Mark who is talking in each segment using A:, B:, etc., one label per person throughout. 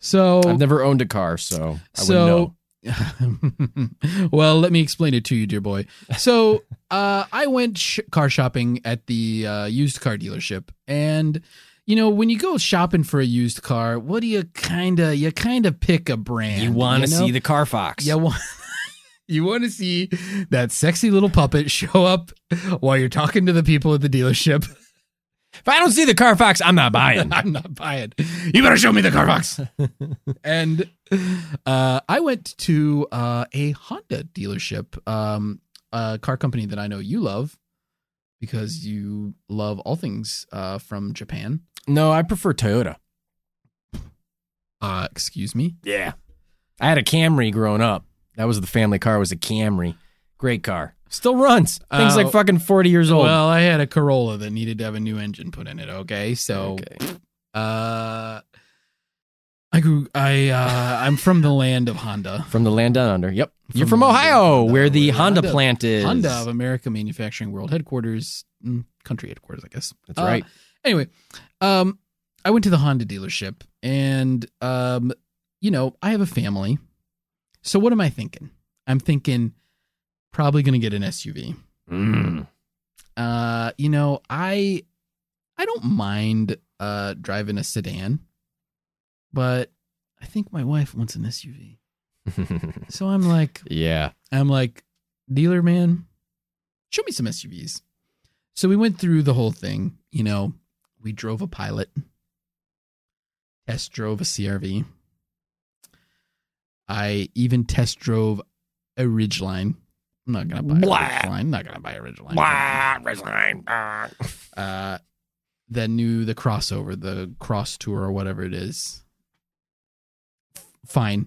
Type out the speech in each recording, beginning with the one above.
A: So
B: I've never owned a car, so I wouldn't
A: so,
B: know.
A: well, let me explain it to you, dear boy. So, uh, I went sh- car shopping at the uh, used car dealership, and you know, when you go shopping for a used car, what do you kind of you kind of pick a brand?
B: You want to
A: know?
B: see the car fox.
A: Yeah, wa- you want to see that sexy little puppet show up while you're talking to the people at the dealership.
B: If I don't see the car fox, I'm not buying.
A: I'm not buying. You better show me the Carbox. and uh, I went to uh, a Honda dealership, um, a car company that I know you love because you love all things uh, from Japan.
B: no, I prefer Toyota.
A: Uh, excuse me.
B: Yeah. I had a Camry growing up. That was the family car. Was a Camry. Great car. Still runs. Things
A: Uh,
B: like fucking forty years old.
A: Well, I had a Corolla that needed to have a new engine put in it. Okay, so
B: Okay.
A: uh, I grew. I uh, I'm from the land of Honda.
B: From the land down under. Yep. You're
A: From
B: from
A: the land down
B: Ohio,
A: under,
B: where the
A: where
B: Honda,
A: Honda-
B: plant is.
A: Honda of America Manufacturing World Headquarters, mm, country headquarters, I guess.
B: That's
A: Uh,
B: right.
A: Anyway, um, I went to the Honda dealership, and um, you know, I have a family, so what am I thinking? I'm thinking probably going to get an SUV.
B: Mm.
A: Uh, you know, I I don't mind uh driving a sedan, but I think my wife wants an SUV, so I'm like,
B: yeah.
A: I'm like, dealer man, show me some SUVs. So we went through the whole thing. You know, we drove a pilot, test drove a CRV. I even test drove a Ridgeline. I'm not gonna buy
B: Blah.
A: a Ridgeline. I'm not gonna buy a Ridgeline. Uh, the new the crossover, the cross tour or whatever it is. Fine.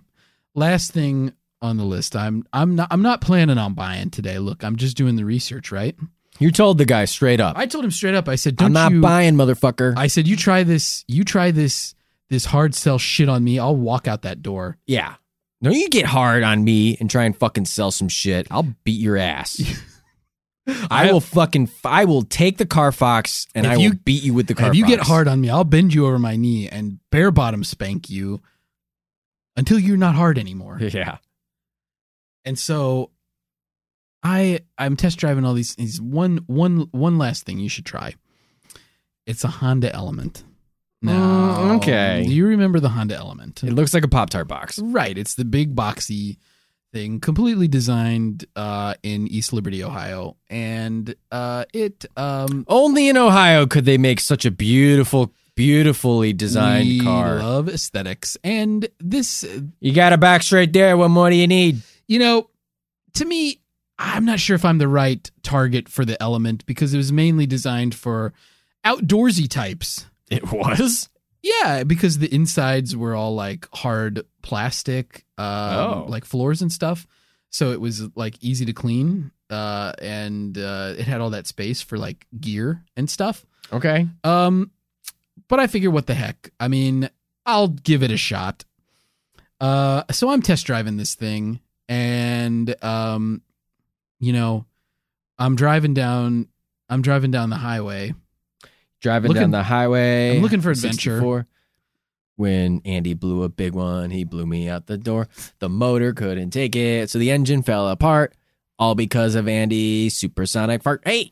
A: Last thing on the list. I'm I'm not I'm not planning on buying today. Look, I'm just doing the research, right?
B: You told the guy straight up.
A: I told him straight up. I said, "Don't
B: I'm not
A: you
B: buying, motherfucker.
A: I said, "You try this. You try this this hard sell shit on me. I'll walk out that door."
B: yeah. No, you get hard on me and try and fucking sell some shit. I'll beat your ass. I will fucking. I will take the car fox and
A: If
B: I
A: you-
B: will beat you with the car.
A: if you get
B: fox.
A: hard on me, I'll bend you over my knee and bare bottom spank you until you're not hard anymore.
B: yeah.
A: And so I I'm test driving all these these one one one last thing you should try. It's a Honda Element.
B: Mm, okay.
A: Do you remember the Honda Element?
B: It looks like a Pop Tart box.
A: Right, it's the big boxy thing completely designed uh in East Liberty, Ohio. And uh it um
B: Only in Ohio could they make such a beautiful, beautifully designed
A: we
B: car.
A: love aesthetics and this
B: you got a box right there. What more do you need?
A: you know, to me, I'm not sure if I'm the right target for the element because it was mainly designed for outdoorsy types.
B: It was.
A: Yeah, because the insides were all like hard plastic, um,
B: Oh.
A: like floors and stuff. So it was like easy to clean, uh, and uh, it had all that space for like gear and stuff.
B: Okay.
A: Um, but I figure, what the heck? I mean, I'll give it a shot. Uh, so I'm test driving this thing, and um, you know, I'm driving down, I'm driving down the highway.
B: Driving
A: Looking-
B: down the highway.
A: I'm looking for adventure.
B: 64. When Andy blew a big one, he blew me out the door. The motor couldn't take it, so the engine fell apart. All because of Andy's supersonic fart. Hey!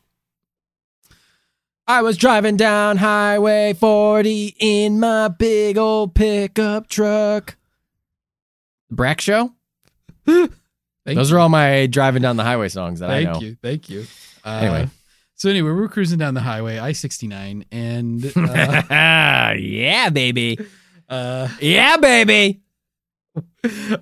B: I was driving down Highway 40 in my big old pickup truck. Brack show?
A: Thank
B: Those are all my driving down the highway songs that
A: Thank
B: I know.
A: you, thank you. Uh,
B: Anyway.
A: So anyway, we're cruising down the highway, I sixty nine, and uh,
B: yeah, baby.
A: uh,
B: Yeah, baby.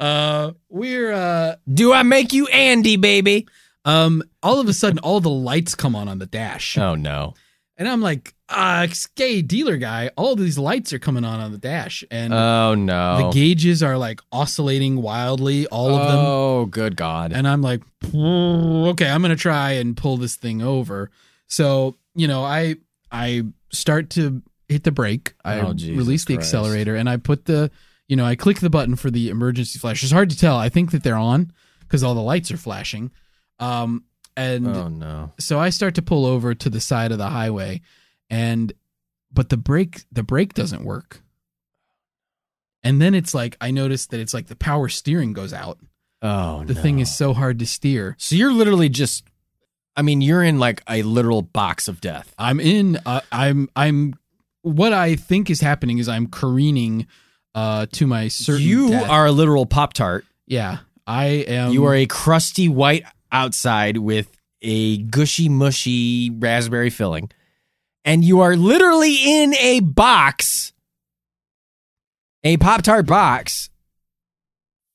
A: uh, we're uh,
B: Do I make you Andy, baby?
A: um, all of a sudden, all the lights come on on the dash,
B: Oh no.
A: and I'm like, uh, "Hey, dealer guy, all these lights are coming on on the dash, and
B: Oh no.
A: the gauges are like oscillating wildly, all of them."
B: Oh, good God.
A: And I'm like, okay, I'm gonna try and pull this thing over. So you know, I I start to hit the brake. I
B: Oh, Jesus
A: release the
B: Christ.
A: accelerator, and I put the you know I click the button for the emergency flash. It's hard to tell. I think that they're on because all the lights are flashing. Um, and
B: oh no.
A: so I start to pull over to the side of the highway, and but the brake the brake doesn't work. And then it's like I noticed that it's like the power steering goes out.
B: Oh
A: The
B: no.
A: thing is so hard to steer.
B: So you're literally just I mean, you're in like a literal box of death.
A: I'm in. Uh, I'm. I'm. What I think is happening is I'm careening uh, to my certain.
B: you
A: death. Um,
B: are a literal Pop Tart.
A: Yeah, I am.
B: you are a crusty white outside with a gushy mushy raspberry filling. And you are literally in a box, a Pop Tart box,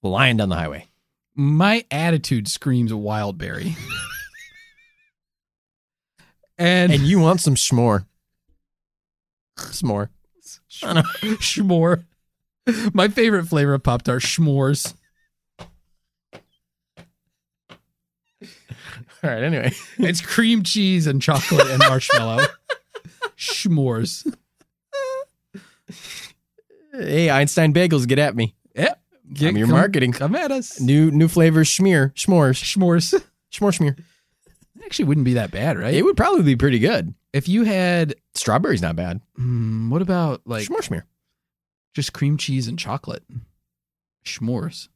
B: flying down the highway.
A: My attitude screams wild berry. and
B: And you want some s'more. S'more. I don't-
A: s'more. My favorite flavor of Pop Tart, s'mores.
B: All right, anyway.
A: It's cream cheese and chocolate and marshmallow. s'mores.
B: Hey, Einstein Bagels, get at me.
A: Yep. Get-
B: I'm your
A: come-
B: marketing.
A: Come at us.
B: New new flavor schmear, s'mores,
A: S'mores.
B: s'more schmear.
A: Actually, wouldn't be that bad, right?
B: It would probably be pretty good.
A: if you had,
B: Strawberry's not bad.
A: hmm, what about like
B: S'more schmear.
A: just cream cheese and chocolate s'mores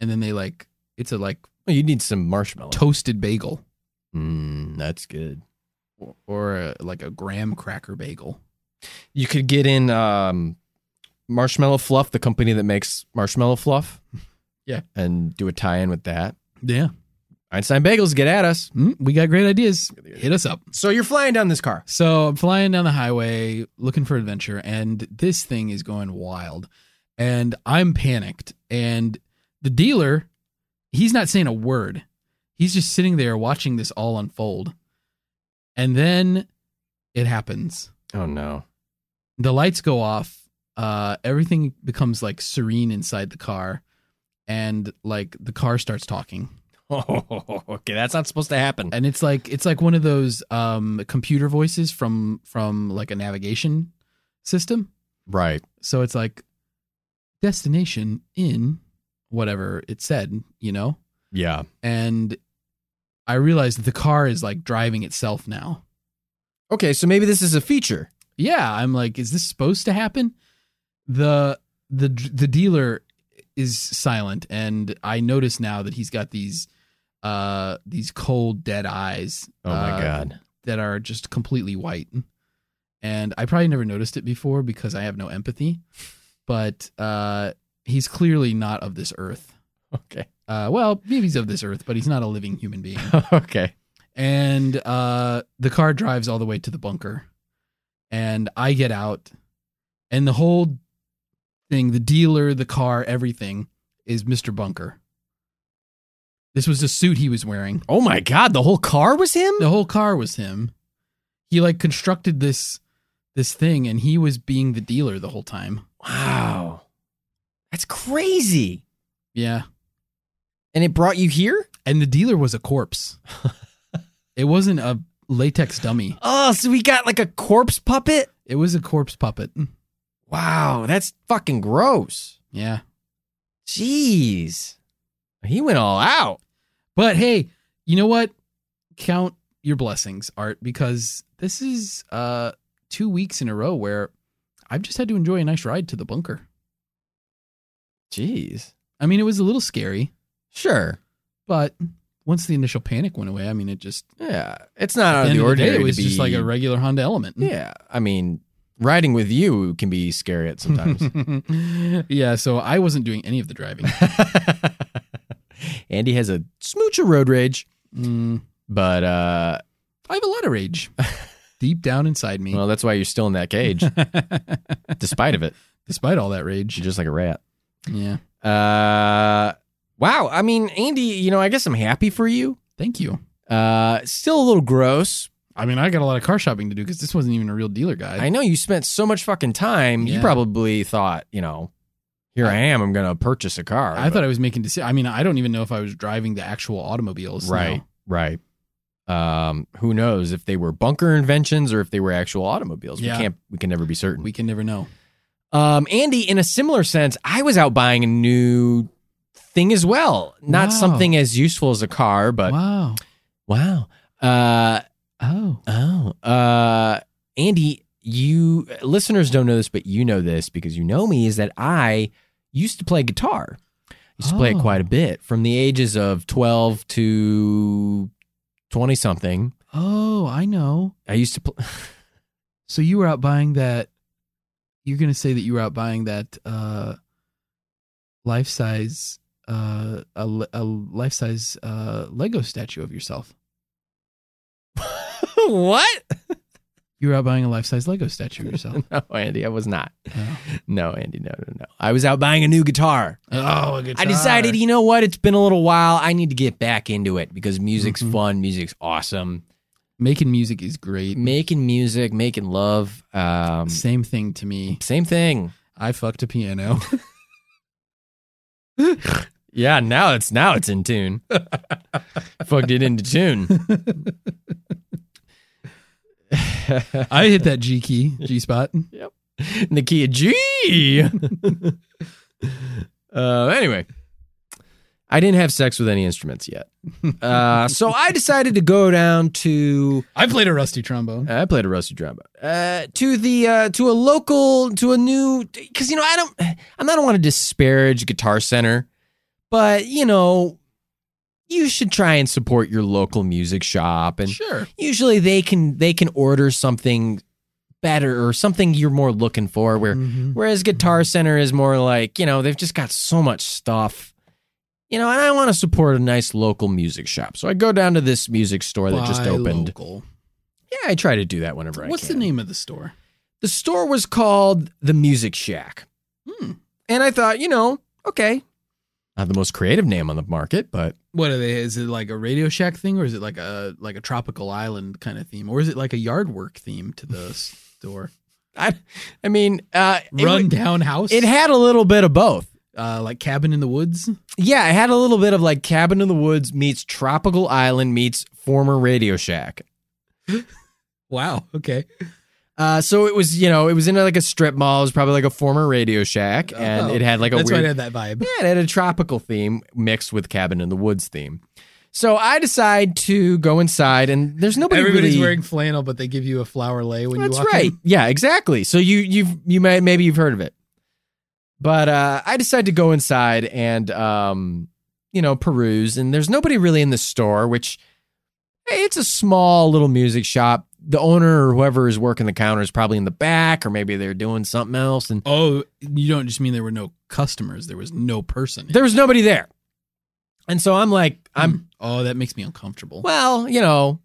A: and then they like it's a like
B: Well, Oh, you need some marshmallow.
A: toasted bagel
B: Mm, that's good.
A: or, or a, like a graham cracker bagel
B: You could get in um, Marshmallow Fluff, the company that makes Marshmallow Fluff.
A: Yeah.
B: And do a tie in with that.
A: yeah
B: Einstein Bagels, get at us.
A: mm, we got great ideas hit us up
B: So you're flying down this car.
A: so i'm flying down the highway looking for adventure and this thing is going wild and i'm panicked and the dealer he's not saying a word he's just sitting there watching this all unfold and then it happens
B: Oh, no.
A: the lights go off uh everything becomes like serene inside the car and like the car starts talking
B: okay, that's not supposed to happen.
A: and it's like it's like one of those um computer voices from from like a navigation system
B: Right.
A: so it's like destination in whatever it said you know
B: Yeah.
A: and i realized that the car is like driving itself now
B: Okay, so maybe this is a feature.
A: yeah i'm like is this supposed to happen the the the dealer is silent and i notice now that he's got these uh these cold dead eyes
B: Oh
A: uh, that are just completely white and i probably never noticed it before because i have no empathy but uh he's clearly not of this earth
B: Okay.
A: uh well maybe he's of this earth but he's not a living human being
B: okay.
A: and uh, the car drives all the way to the bunker and i get out and the whole thing the dealer the car everything is mr bunker this was the suit he was wearing
B: Oh my god, the whole car was him?
A: the whole car was him he like constructed this this thing and he was being the dealer the whole time
B: Wow. That's crazy.
A: yeah
B: And it brought you here?
A: and the dealer was a corpse it wasn't a latex dummy
B: Oh, so we got like a corpse puppet?
A: it was a corpse puppet
B: Wow, that's fucking gross.
A: yeah
B: Jeez. He went all out.
A: But hey, you know what? Count your blessings, Art, because this is uh two weeks in a row where I've just had to enjoy a nice ride to the bunker.
B: Jeez.
A: I mean, it was a little scary,
B: Sure.
A: but once the initial panic went away, I mean, it just
B: Yeah. It's not
A: at
B: out of
A: the end
B: Uh, the
A: of the
B: ordinary.
A: day, it
B: to
A: was just
B: be-
A: like a regular Honda Element.
B: Yeah. I mean, riding with you can be scary at sometimes.
A: yeah, so I wasn't doing any of the driving.
B: Andy has a smooch of road rage,
A: Mm,
B: but uh
A: I have a letter age deep down inside me,
B: Well, that's why you're still in that cage, despite of it.
A: despite all that rage.
B: You're just like a rat.
A: Yeah.
B: Uh, wow. I mean, Andy, you know, I guess I'm happy for you.
A: Thank you.
B: Uh, still a little gross.
A: I mean, I got a lot of car shopping to do because this wasn't even a real dealer guide.
B: I know you spent so much fucking time. You
A: Yeah.
B: probably thought, you know, here I am. I'm gonna purchase a car.
A: I thought I was making decisions. I mean, I don't even know if I was driving the actual automobiles.
B: right,
A: now.
B: right. Um, who knows if they were bunker inventions or if they were actual automobiles?
A: Yeah.
B: We can't. We can never be certain.
A: We can never know.
B: Um, Andy, in a similar sense, I was out buying a new thing as well. Not
A: Wow.
B: something as useful as a car, but
A: wow.
B: wow. Uh,
A: Oh.
B: oh, uh, Andy, you listeners don't know this, but you know this because you know me is that I used to play guitar. I used to play it
A: Oh.
B: quite a bit from the ages of 12 to 20 something.
A: Oh, I know.
B: I used to play.
A: So you were out buying that. You're gonna say that you were out buying that uh, life size, uh, a, le- a life size uh, Lego statue of yourself.
B: what?
A: You were out buying a life size Lego statue of yourself.
B: No, Andy, I was not.
A: oh.
B: No, Andy, no, no, no. I was out buying a new guitar.
A: Oh, a guitar.
B: I decided, you know what? It's been a little while. I need to get back into it because music's
A: Mhm.
B: fun. Music's awesome.
A: making music is great.
B: Making music, making love. Um,
A: Same thing to me.
B: same thing.
A: I fucked a piano.
B: Yeah, now it's now it's in tune. Fucked it into tune.
A: I hit that G key, G spot.
B: Nikia G. uh, anyway, I didn't have sex with any instruments yet, uh, so I decided to go down to
A: I played a rusty trombone.
B: I played a rusty drama. Uh, to the uh, to a local to a new because you know I don't I don't want to disparage Guitar Center, but you know you should try and support your local music shop, and
A: Sure.
B: usually they can they can order something better or something you're more looking for. Where
A: Mhm.
B: whereas Guitar Center is more like you know they've just got so much stuff. You know, and I want to support a nice local music shop. So I go down to this music store that just
A: Buy
B: opened.
A: local.
B: Yeah, I try to do that whenever I
A: What's the
B: can.
A: name of the store?
B: The store was called The Music Shack.
A: Hmm.
B: And I thought, you know, okay. Not the most creative name on the market, but
A: What are they? Is it like a Radio Shack thing, or is it like a like a tropical island kind of theme, or is it like a yard work theme to the store?
B: I I mean, uh it,
A: Run
B: w-
A: down house,
B: it had a little bit of both.
A: uh, like cabin in the woods.
B: Yeah, it had a little bit of like Cabin in the Woods meets Tropical Island meets former Radio Shack.
A: Wow. Okay.
B: Uh, so it was, you know, it was in like a strip mall. It was probably like a former Radio Shack, and
A: Oh,
B: it had like a
A: That's
B: weird.
A: why I had that vibe.
B: Yeah, it had a tropical theme mixed with cabin in the woods theme. So I decide to go inside, and there's nobody.
A: Everybody's
B: really-
A: wearing flannel, but they give you a flower lay when
B: That's
A: you walk
B: right.
A: in.
B: Yeah, exactly. So you you've you may maybe you've heard of it, but uh, I decided to go inside and um, you know peruse, and there's nobody really in the store, which hey, it's a small little music shop. The owner or whoever is working the counter is probably in the back, or maybe they're doing something else, and
A: Oh, you don't just mean there were no customers. There was no person.
B: there was nobody there. And so I'm like, I'm
A: Oh, that makes me uncomfortable.
B: Well, you know,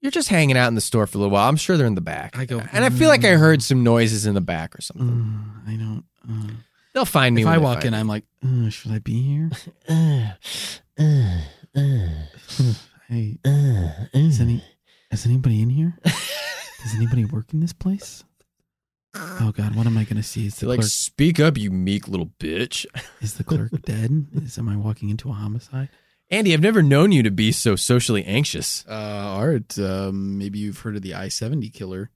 B: you're just hanging out in the store for a little while. I'm sure they're in the back.
A: I go,
B: and I feel like I heard some noises in the back or something.
A: Mm, I don't. Uh,
B: They'll find me.
A: if
B: when
A: I
B: they
A: walk in,
B: find
A: I'm like, uh, should I be here?
B: me. Uh, uh,
A: Hey,
B: uh,
A: is
B: uh.
A: any is anybody in here? Does anybody work in this place? Oh God, what am I gonna see? Is
B: They're
A: the
B: like,
A: clerk
B: speak up, you meek little bitch.
A: is the clerk dead? Is am I walking into a homicide?
B: Andy, I've never known you to be so socially anxious.
A: Uh, Art, um, maybe you've heard of the I seventy killer.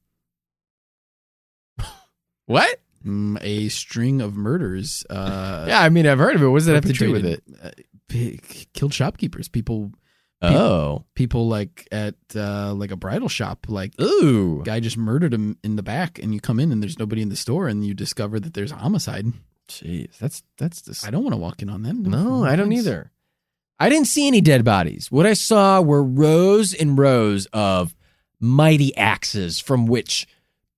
B: What?
A: Mm, a string of murders. Uh,
B: yeah, I mean, I've heard of it. What does that have to do with it?
A: perpetrated, uh, p- killed shopkeepers. People,
B: Oh.
A: people like at uh, like a bridal shop. Like
B: Ooh.
A: guy just murdered him in the back, and you come in and there's nobody in the store, and you discover that there's a homicide.
B: Jeez, that's that's dis-
A: I don't want to walk in on that.
B: No, I don't
A: Thanks.
B: either. I didn't see any dead bodies. What I saw were rows and rows of mighty axes from which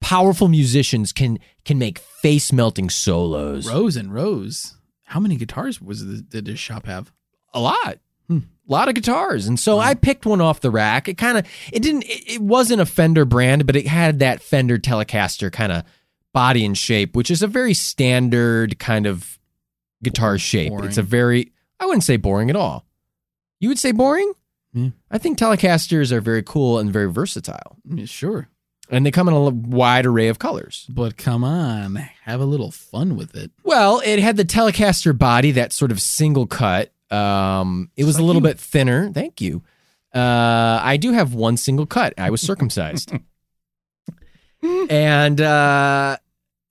B: powerful musicians can can make face melting solos.
A: Rows and rows. How many guitars was the, did this shop have?
B: A lot.
A: Hmm.
B: a lot of guitars and so i picked one off the rack it kind of it didn't it, it wasn't a fender brand but it had that fender telecaster kind of body and shape which is a very standard kind of guitar shape
A: Boring.
B: it's a very i wouldn't say boring at all you would say boring
A: Yeah.
B: i think telecasters are very cool and very versatile
A: Yeah, Sure.
B: and they come in a l- wide array of colors
A: But come on, have a little fun with it.
B: Well, it had the Telecaster body, that sort of single cut. Um, it was a
A: Fuck
B: little
A: you.
B: bit thinner. Thank you. Uh, I do have one single cut. I was circumcised, and uh,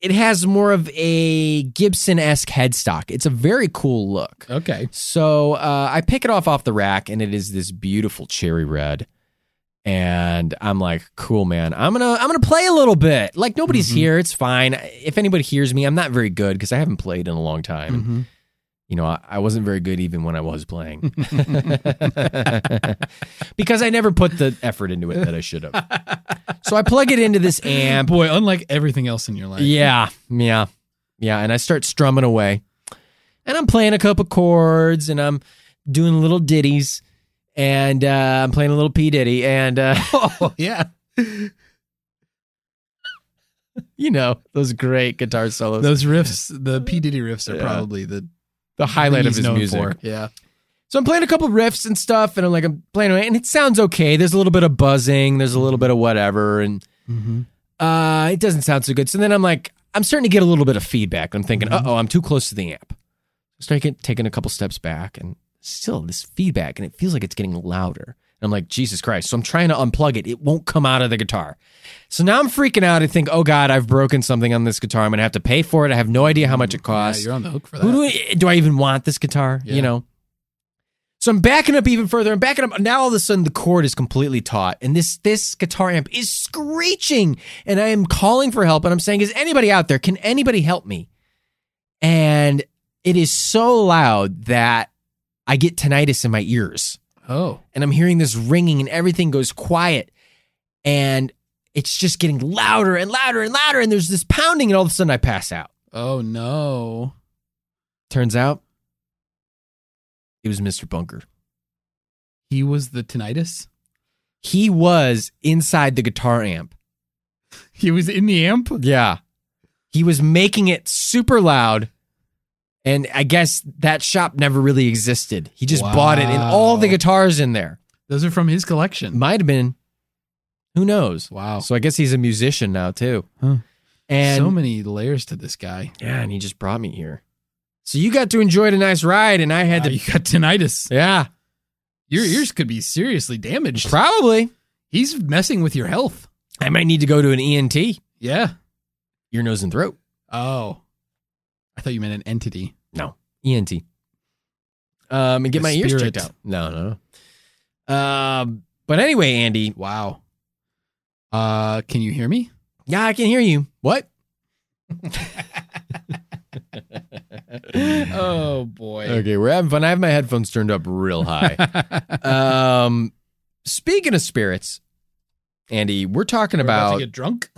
B: it has more of a Gibson esque headstock. It's a very cool look.
A: Okay.
B: So uh, I pick it off off the rack, and it is this beautiful cherry red. And I'm like, cool, man. I'm gonna I'm gonna play a little bit. Like nobody's
A: Mhm.
B: here. It's fine. If anybody hears me, I'm not very good because I haven't played in a long time. And,
A: Mhm.
B: You know, I, I wasn't very good even when I was playing because I never put the effort into it that I should have. so I plug it into this amp.
A: Boy, unlike everything else in your life.
B: Yeah, yeah, yeah. And I start strumming away, and I'm playing a couple chords, and I'm doing little ditties, and uh, I'm playing a little P Diddy, and uh,
A: Oh, yeah.
B: you know those great guitar solos,
A: Those riffs, the P Diddy riffs, are
B: Yeah.
A: probably the
B: the highlight
A: thing
B: of
A: he's
B: his
A: known
B: music.
A: for. Yeah.
B: So I'm playing a couple riffs and stuff, and I'm like I'm playing away, and it sounds okay. There's a little bit of buzzing, there's a little bit of whatever, and
A: Mm-hmm.
B: uh, it doesn't sound so good. So then I'm like, I'm starting to get a little bit of feedback. I'm thinking,
A: Mm-hmm.
B: uh oh, I'm too close to the amp. So I get taking a couple steps back and still this feedback, and it feels like it's getting louder. And I'm like, Jesus Christ. So I'm trying to unplug it. It won't come out of the guitar. So now I'm freaking out. I think, oh God, I've broken something on this guitar. I'm going to have to pay for it. I have no idea how much it costs.
A: Yeah, you're on the hook for that.
B: Who do I, do I even want this guitar?
A: Yeah.
B: You know. So I'm backing up even further. I'm backing up. Now all of a sudden the chord is completely taut, and this this guitar amp is screeching, and I am calling for help, and I'm saying, "Is anybody out there? Can anybody help me?" And it is so loud that I get tinnitus in my ears
A: oh.
B: and I'm hearing this ringing and everything goes quiet and it's just getting louder and louder and louder and there's this pounding and all of a sudden I pass out.
A: Oh, no.
B: Turns out it was Mr. Bunker.
A: He was the tinnitus?
B: He was inside the guitar amp.
A: He was in the amp?
B: Yeah. He was making it super loud. And I guess that shop never really existed. He just bought it and all the
A: Wow.
B: guitars in there.
A: Those are from his collection.
B: Might have been. Who knows?
A: Wow.
B: So I guess he's a musician now too.
A: Huh.
B: And
A: so many layers to this guy.
B: Yeah, and he just brought me here. So you got to enjoy the nice ride, and I had
A: Wow,
B: to.
A: you got tinnitus.
B: Yeah,
A: Your ears could be seriously damaged.
B: probably.
A: He's messing with your health.
B: I might need to go to an E ENT, ear,
A: Yeah.
B: nose, and throat.
A: Oh. I thought you meant an entity.
B: No, ENT. E Um, and get
A: The
B: my ears
A: spirit.
B: checked out. No, no. no. Um, but anyway, Andy.
A: Wow. Uh, can you hear me?
B: Yeah, I can hear you. What?
A: oh boy.
B: Okay, we're having fun. I have my headphones turned up real high. um, speaking of spirits, Andy, we're talking
A: We're
B: about,
A: to get drunk.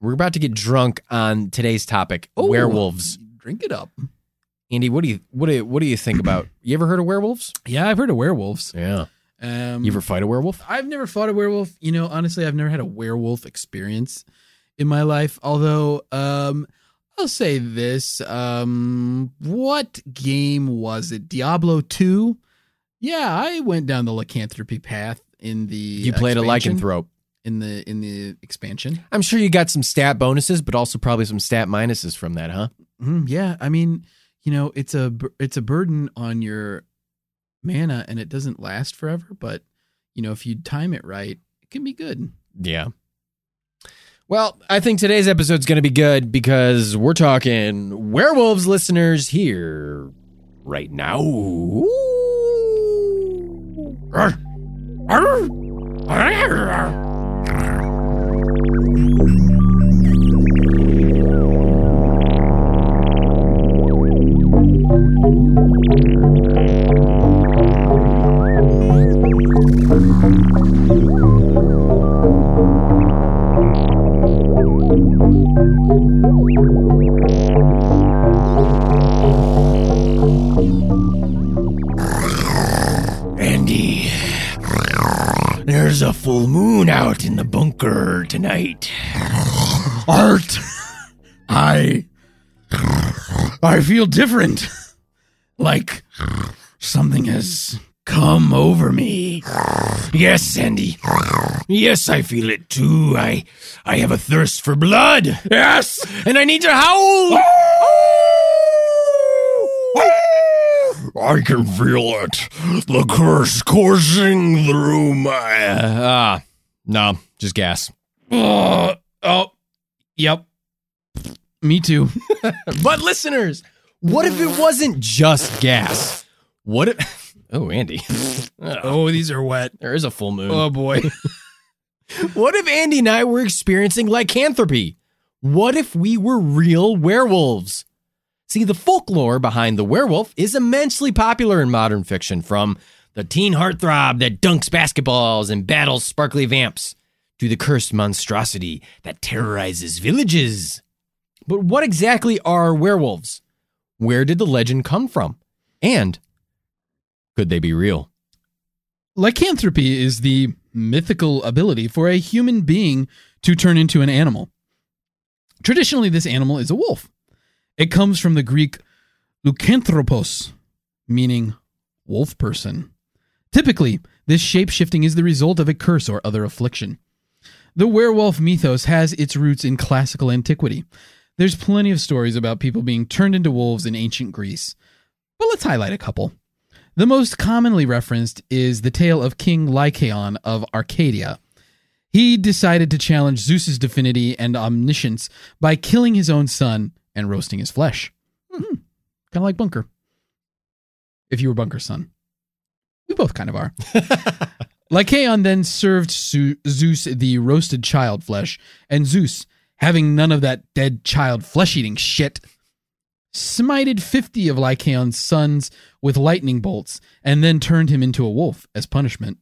B: we're about to get drunk on today's topic:
A: Ooh.
B: werewolves.
A: Drink it up.
B: Andy, what do you what do you, what do you think about? You ever heard of werewolves?
A: Yeah, I've heard of werewolves.
B: Yeah.
A: Um,
B: You ever fight a werewolf?
A: I've never fought a werewolf. You know, honestly, I've never had a werewolf experience in my life. Although, um, I'll say this: um, what game was it? Diablo two. Yeah, I went down the lycanthropy path in the.
B: You played
A: expansion-
B: a lycanthrope.
A: in the in the expansion.
B: I'm sure you got some stat bonuses, but also probably some stat minuses from that, huh?
A: Mm, yeah, I mean, you know, it's a bur- it's a burden on your mana, and it doesn't last forever. But you know, if you time it right, it can be good.
B: Yeah. Well, I think today's episode's going to be good because we're talking werewolves listeners here right now. Andy. a full moon out in the bunker tonight.
A: Art, I, I feel different. Like something has come over me.
B: Yes, Sandy. Yes, I feel it too. I I have a thirst for blood.
A: Yes.
B: And I need to howl.
C: I can feel it. The curse coursing through my.
B: Ah, no, just gas.
A: Uh, oh, yep. Me too.
B: But listeners, what if it wasn't just gas? What if Oh, Andy. Ugh,
A: Oh, these are wet.
B: there is a full moon.
A: Oh boy.
B: what if Andy and I were experiencing lycanthropy? What if we were real werewolves? See, the folklore behind the werewolf is immensely popular in modern fiction, from the teen heartthrob that dunks basketballs and battles sparkly vamps to the cursed monstrosity that terrorizes villages. But what exactly are werewolves? Where did the legend come from? And could they be real?
A: Lycanthropy is the mythical ability for a human being to turn into an animal. Traditionally, this animal is a wolf. It comes from the Greek leucanthropos, meaning wolf person. Typically, this shape shifting is the result of a curse or other affliction. The werewolf mythos has its roots in classical antiquity. There's plenty of stories about people being turned into wolves in ancient Greece, but let's highlight a couple. The most commonly referenced is the tale of King Lycaon of Arcadia. He decided to challenge Zeus's divinity and omniscience by killing his own son and roasting his flesh. Kind of like Bunker. If you were Bunker's son. We both kind of are. Lycaon then served Su- Zeus the roasted child flesh, and Zeus, having none of that dead child flesh eating shit, smited 50 of Lycaon's sons with lightning bolts, and then turned him into a wolf as punishment.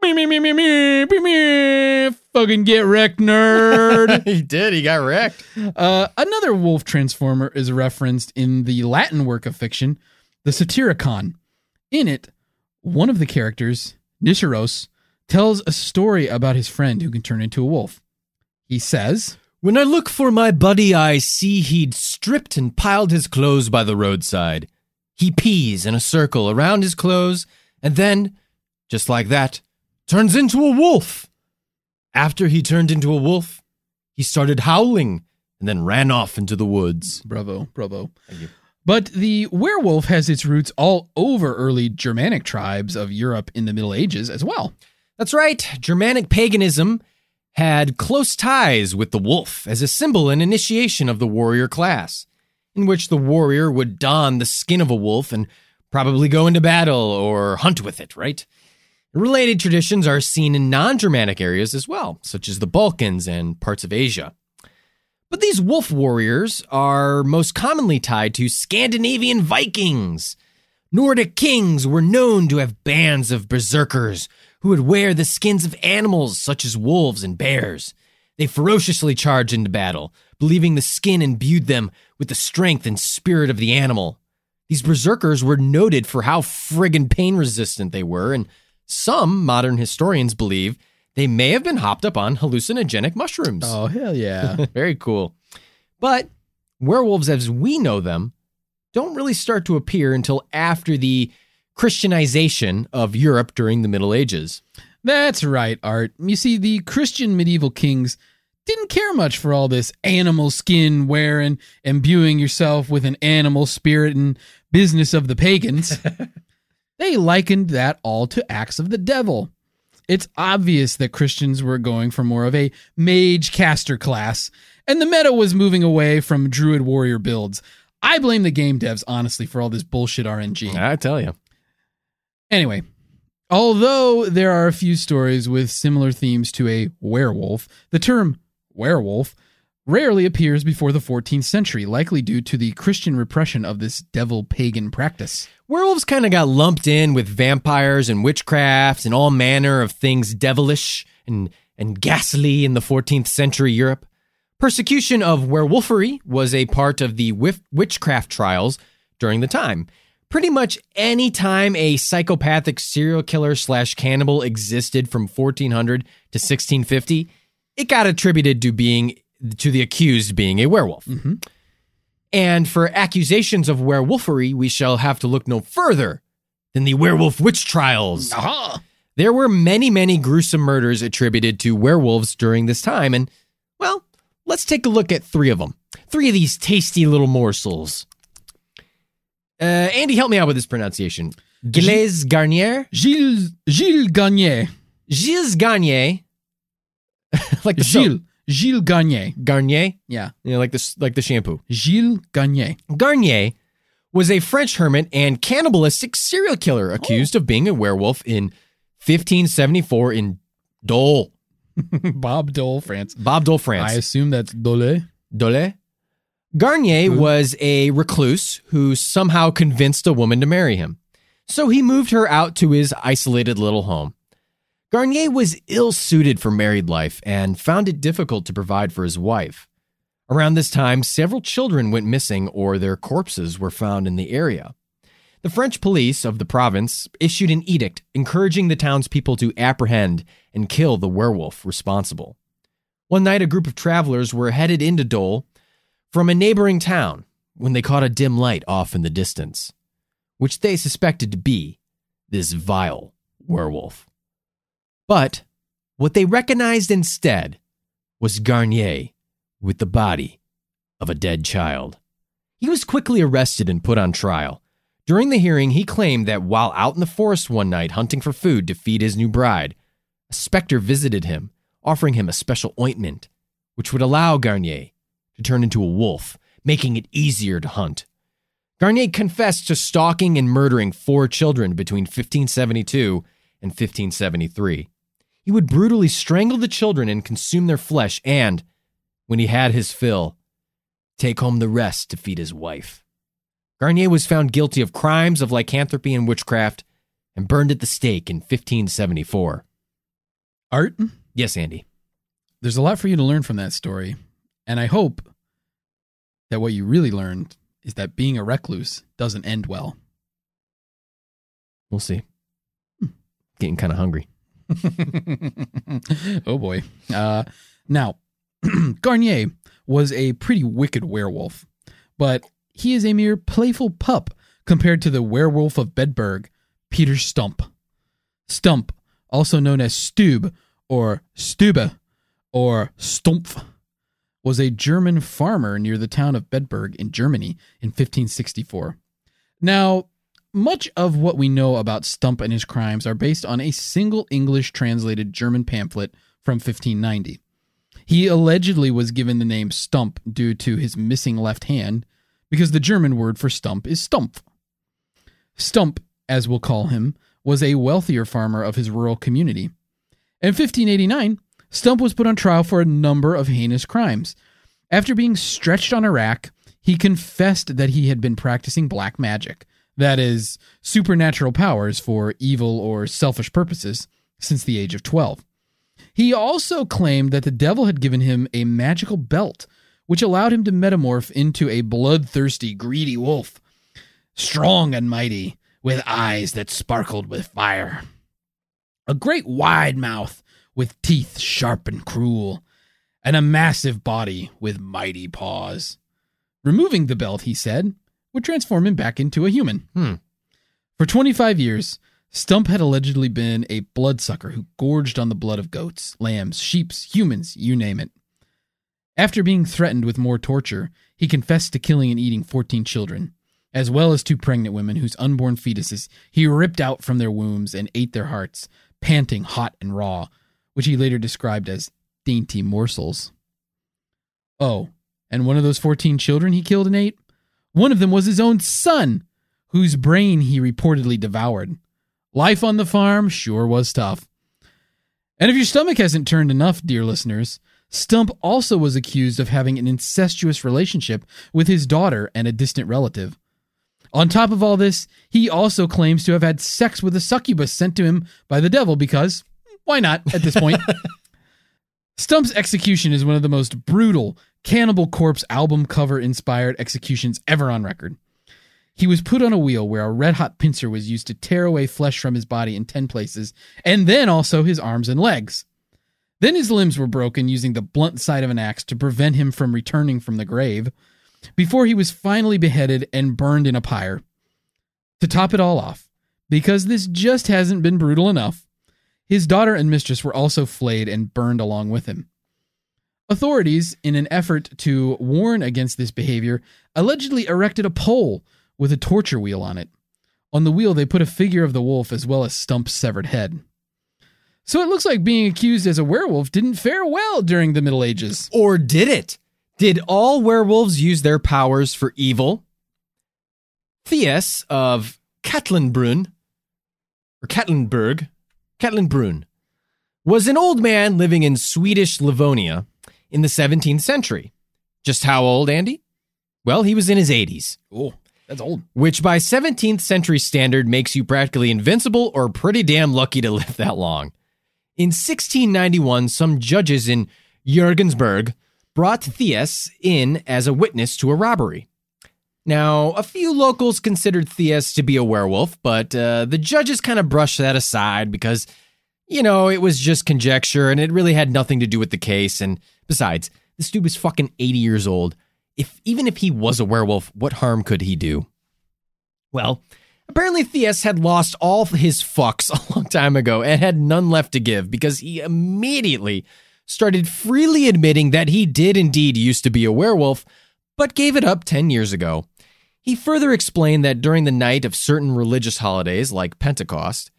A: Me, me, me, me, me, me, me. Fucking get wrecked, nerd.
B: he did. He got wrecked.
A: Uh, another wolf transformer is referenced in the Latin work of fiction, the Satyricon. In it, one of the characters, Nisharos, tells a story about his friend who can turn into a wolf. He says,
B: When I look for my buddy, I see he'd stripped and piled his clothes by the roadside. He pees in a circle around his clothes, and then, just like that, turns into a wolf. After he turned into a wolf, he started howling and then ran off into the woods.
A: Bravo, bravo.
B: you.
A: But the werewolf has its roots all over early Germanic tribes of Europe in the Middle Ages as well.
B: That's right, Germanic paganism had close ties with the wolf as a symbol and initiation of the warrior class, in which the warrior would don the skin of a wolf and probably go into battle or hunt with it, right? Related traditions are seen in non Germanic areas as well, such as the Balkans and parts of Asia. But these wolf warriors are most commonly tied to Scandinavian Vikings. Nordic kings were known to have bands of berserkers who would wear the skins of animals such as wolves and bears. They ferociously charged into battle, believing the skin imbued them with the strength and spirit of the animal. These berserkers were noted for how friggin' pain resistant they were, and some modern historians believe they may have been hopped up on hallucinogenic mushrooms.
A: Oh, hell yeah.
B: Very cool. But werewolves, as we know them, don't really start to appear until after the Christianization of Europe during the Middle Ages.
A: That's right, Art. You see, the Christian medieval kings didn't care much for all this animal skin wearing, imbuing yourself with an animal spirit and business of the pagans. they likened that all to acts of the devil. It's obvious that Christians were going for more of a mage caster class, and the meta was moving away from druid warrior builds. I blame the game devs, honestly, for all this bullshit RNG.
B: I tell you.
A: Anyway, although there are a few stories with similar themes to a werewolf, the term werewolf rarely appears before the 14th century, likely due to the Christian repression of this devil pagan practice.
B: Werewolves kind of got lumped in with vampires and witchcrafts and all manner of things devilish and, and ghastly in the 14th century Europe. Persecution of werewolfery was a part of the wif- witchcraft trials during the time, Pretty much any time a psychopathic serial killer slash cannibal existed from 1400 to 1650, it got attributed to being to the accused being a werewolf.
A: Mhm.
B: And for accusations of werewolfery, we shall have to look no further than the werewolf witch trials.
A: Aha!
B: There were many, many gruesome murders attributed to werewolves during this time, and, well, let's take a look at three of them. Three of these tasty little morsels. Uh, Andy, help me out with this pronunciation. Gilles Garnier?
A: Gilles Gilles Gagné.
B: Gilles Garnier. like the soap.
A: Gilles Gilles Gagné.
B: Garnier?
A: Yeah,
B: You know, like this like the shampoo.
A: Gilles Gagné.
B: Garnier was a French hermit and cannibalistic serial killer accused of being a werewolf in 1574 in Dole,
A: Bob Dole, France.
B: Bob Dole, France.
A: I assume that's Dole.
B: Dole. Garnier
A: Hmm.
B: was a recluse who somehow convinced a woman to marry him. So he moved her out to his isolated little home. Garnier was ill suited for married life and found it difficult to provide for his wife. Around this time, several children went missing or their corpses were found in the area. The French police of the province issued an edict encouraging the townspeople to apprehend and kill the werewolf responsible. One night, a group of travelers were headed into Dole from a neighboring town when they caught a dim light off in the distance, which they suspected to be this vile werewolf. But what they recognized instead was Garnier with the body of a dead child. He was quickly arrested and put on trial. During the hearing, he claimed that while out in the forest one night hunting for food to feed his new bride, a specter visited him, offering him a special ointment, which would allow Garnier to turn into a wolf, making it easier to hunt. Garnier confessed to stalking and murdering four children between 1572 and 1573. He would brutally strangle the children and consume their flesh, and, when he had his fill, take home the rest to feed his wife. Garnier was found guilty of crimes of lycanthropy and witchcraft and burned at the stake in 1574.
A: Art.
B: Yes, Andy.
A: There's a lot for you to learn from that story, and I hope that what you really learned is that being a recluse doesn't end well.
B: We'll see. Hmm. Getting kind of hungry.
A: oh boy. Uh, now, Garnier was a pretty wicked werewolf, but he is a mere playful pup compared to the werewolf of Bedburg, Peter Stump. Stump, also known as Stube or Stube or Stumpf, was a German farmer near the town of Bedburg in Germany in 1564. Now, much of what we know about Stump and his crimes are based on a single English translated German pamphlet from 1590. He allegedly was given the name Stump due to his missing left hand because the German word for stump is Stumpf. Stump, as we'll call him, was a wealthier farmer of his rural community. In 1589, Stump was put on trial for a number of heinous crimes. After being stretched on a rack, he confessed that he had been practicing black magic, that is, supernatural powers for evil or selfish purposes, since the age of 12. He also claimed that the devil had given him a magical belt, which allowed him to metamorph into a bloodthirsty, greedy wolf, strong and mighty, with eyes that sparkled with fire a great wide mouth with teeth sharp and cruel, and a massive body with mighty paws. Removing the belt, he said, would transform him back into a human.
B: Hmm.
A: For 25 years, Stump had allegedly been a bloodsucker who gorged on the blood of goats, lambs, sheep, humans, you name it. After being threatened with more torture, he confessed to killing and eating 14 children, as well as two pregnant women whose unborn fetuses he ripped out from their wombs and ate their hearts, panting hot and raw, which he later described as dainty morsels. Oh, and one of those 14 children he killed and ate? One of them was his own son, whose brain he reportedly devoured. Life on the farm sure was tough. And if your stomach hasn't turned enough, dear listeners, Stump also was accused of having an incestuous relationship with his daughter and a distant relative. On top of all this, he also claims to have had sex with a succubus sent to him by the devil because why not at this point? Stump's execution is one of the most brutal Cannibal Corpse album cover inspired executions ever on record. He was put on a wheel where a red hot pincer was used to tear away flesh from his body in 10 places, and then also his arms and legs. Then his limbs were broken using the blunt side of an axe to prevent him from returning from the grave, before he was finally beheaded and burned in a pyre. To top it all off, because this just hasn't been brutal enough, his daughter and mistress were also flayed and burned along with him. Authorities, in an effort to warn against this behavior, allegedly erected a pole with a torture wheel on it. On the wheel, they put a figure of the wolf as well as Stump's severed head. So it looks like being accused as a werewolf didn't fare well during the Middle Ages.
B: Or did it? Did all werewolves use their powers for evil? Theus of Katlenbrunn, or Katlenberg, Katlenbrunn, was an old man living in Swedish Livonia in the 17th century. Just how old, Andy? Well, he was in his 80s
A: Oh, that's old.
B: which by 17th century standard makes you practically invincible or pretty damn lucky to live that long. In 1691, some judges in Jurgensburg brought Theus in as a witness to a robbery. Now, a few locals considered Theus to be a werewolf, but uh, the judges kind of brushed that aside because, you know, it was just conjecture and it really had nothing to do with the case. And besides, this dude was fucking 80 years old. If even if he was a werewolf, what harm could he do? Well, apparently Theus had lost all his fucks a long time ago and had none left to give because he immediately started freely admitting that he did indeed used to be a werewolf, but gave it up 10 years ago. He further explained that during the night of certain religious holidays like Pentecost,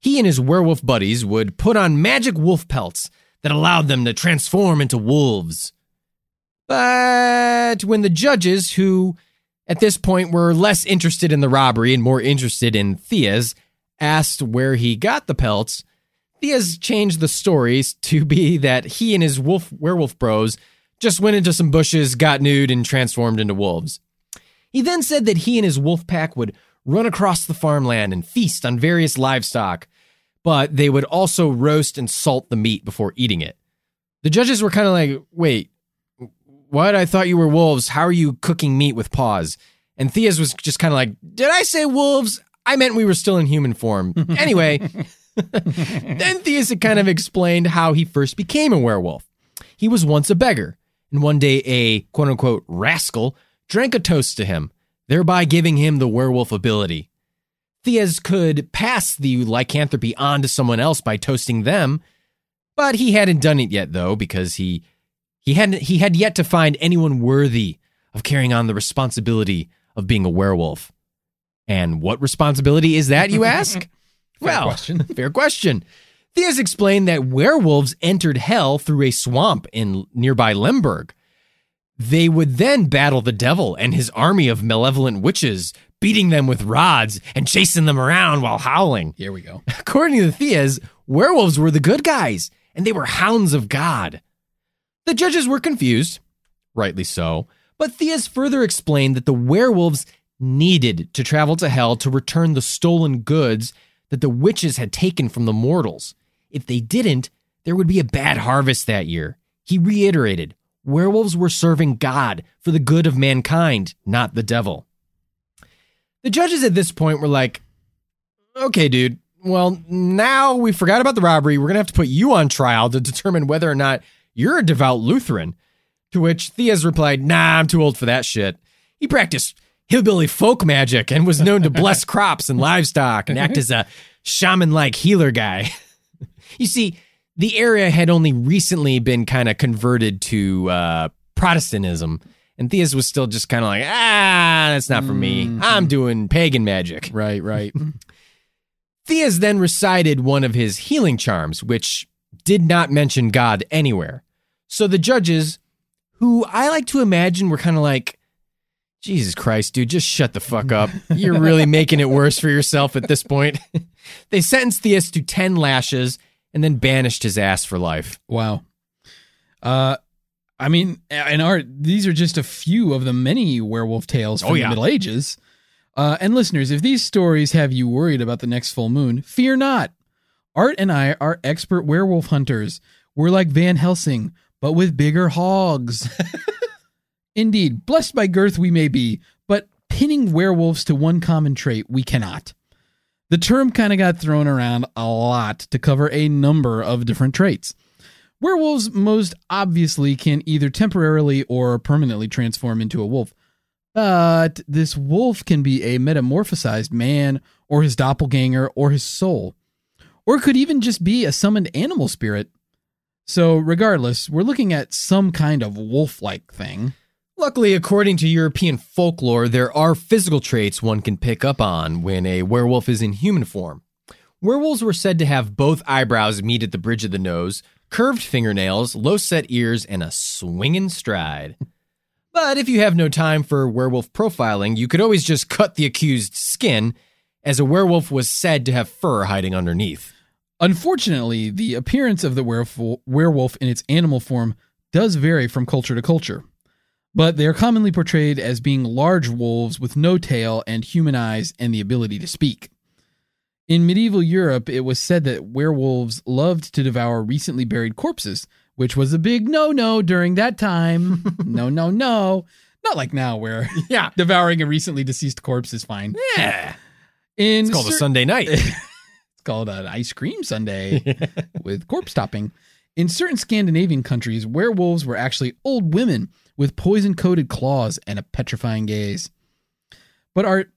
B: he and his werewolf buddies would put on magic wolf pelts that allowed them to transform into wolves. But when the judges, who at this point were less interested in the robbery and more interested in Thea's, asked where he got the pelts, Thea's changed the stories to be that he and his wolf werewolf bros just went into some bushes, got nude, and transformed into wolves. He then said that he and his wolf pack would run across the farmland and feast on various livestock, but they would also roast and salt the meat before eating it. The judges were kind of like, wait, what? I thought you were wolves. How are you cooking meat with paws? And Thea's was just kind of like, did I say wolves? I meant we were still in human form. Anyway, then Thea's had kind of explained how he first became a werewolf. He was once a beggar, and one day a quote unquote rascal drank a toast to him, thereby giving him the werewolf ability. Theas could pass the lycanthropy on to someone else by toasting them, but he hadn't done it yet though because he he hadn't he had yet to find anyone worthy of carrying on the responsibility of being a werewolf. And what responsibility is that, you ask? well,
A: question.
B: fair question. Theas explained that werewolves entered hell through a swamp in nearby Lemberg. They would then battle the devil and his army of malevolent witches, beating them with rods and chasing them around while howling.
A: Here we go.
B: According to Theas, werewolves were the good guys, and they were hounds of God. The judges were confused, rightly so, but Theas further explained that the werewolves needed to travel to hell to return the stolen goods that the witches had taken from the mortals. If they didn't, there would be a bad harvest that year. He reiterated werewolves were serving God for the good of mankind, not the devil. The judges at this point were like, okay, dude. Well, now we forgot about the robbery. We're going to have to put you on trial to determine whether or not you're a devout Lutheran. To which Theas replied, Nah, I'm too old for that shit. He practiced hillbilly folk magic and was known to bless crops and livestock and act as a shaman like healer guy. you see, the area had only recently been kind of converted to uh, Protestantism. And Theas was still just kind of like, ah, that's not for me. I'm doing pagan magic.
A: Right, right.
B: Theas then recited one of his healing charms, which did not mention God anywhere. So the judges, who I like to imagine were kind of like, Jesus Christ, dude, just shut the fuck up. You're really making it worse for yourself at this point. they sentenced Theas to 10 lashes and then banished his ass for life.
A: Wow. Uh, I mean, and art. These are just a few of the many werewolf tales from
B: Oh, yeah.
A: the Middle Ages. Uh, and listeners, if these stories have you worried about the next full moon, fear not. Art and I are expert werewolf hunters. We're like Van Helsing, but with bigger hogs. Indeed, blessed by girth we may be, but pinning werewolves to one common trait, we cannot. The term kind of got thrown around a lot to cover a number of different traits. Werewolves most obviously can either temporarily or permanently transform into a wolf, but this wolf can be a metamorphosized man or his doppelganger or his soul, or it could even just be a summoned animal spirit. So, regardless, we're looking at some kind of wolf like thing.
B: Luckily, according to European folklore, there are physical traits one can pick up on when a werewolf is in human form. Werewolves were said to have both eyebrows meet at the bridge of the nose, curved fingernails, low set ears, and a swinging stride. But if you have no time for werewolf profiling, you could always just cut the accused's skin, as a werewolf was said to have fur hiding underneath.
A: Unfortunately, the appearance of the werefo- werewolf in its animal form does vary from culture to culture, but they are commonly portrayed as being large wolves with no tail and human eyes and the ability to speak. In medieval Europe, it was said that werewolves loved to devour recently buried corpses, which was a big no no during that time. no, no, no. Not like now, where
B: Yeah.
A: devouring a recently deceased corpse is fine.
B: Yeah.
A: In
B: It's called a
A: cer-
B: Sunday night.
A: called an ice cream sundae with corpse topping. In certain Scandinavian countries, werewolves were actually old women with poison coated claws and a petrifying gaze. But Art,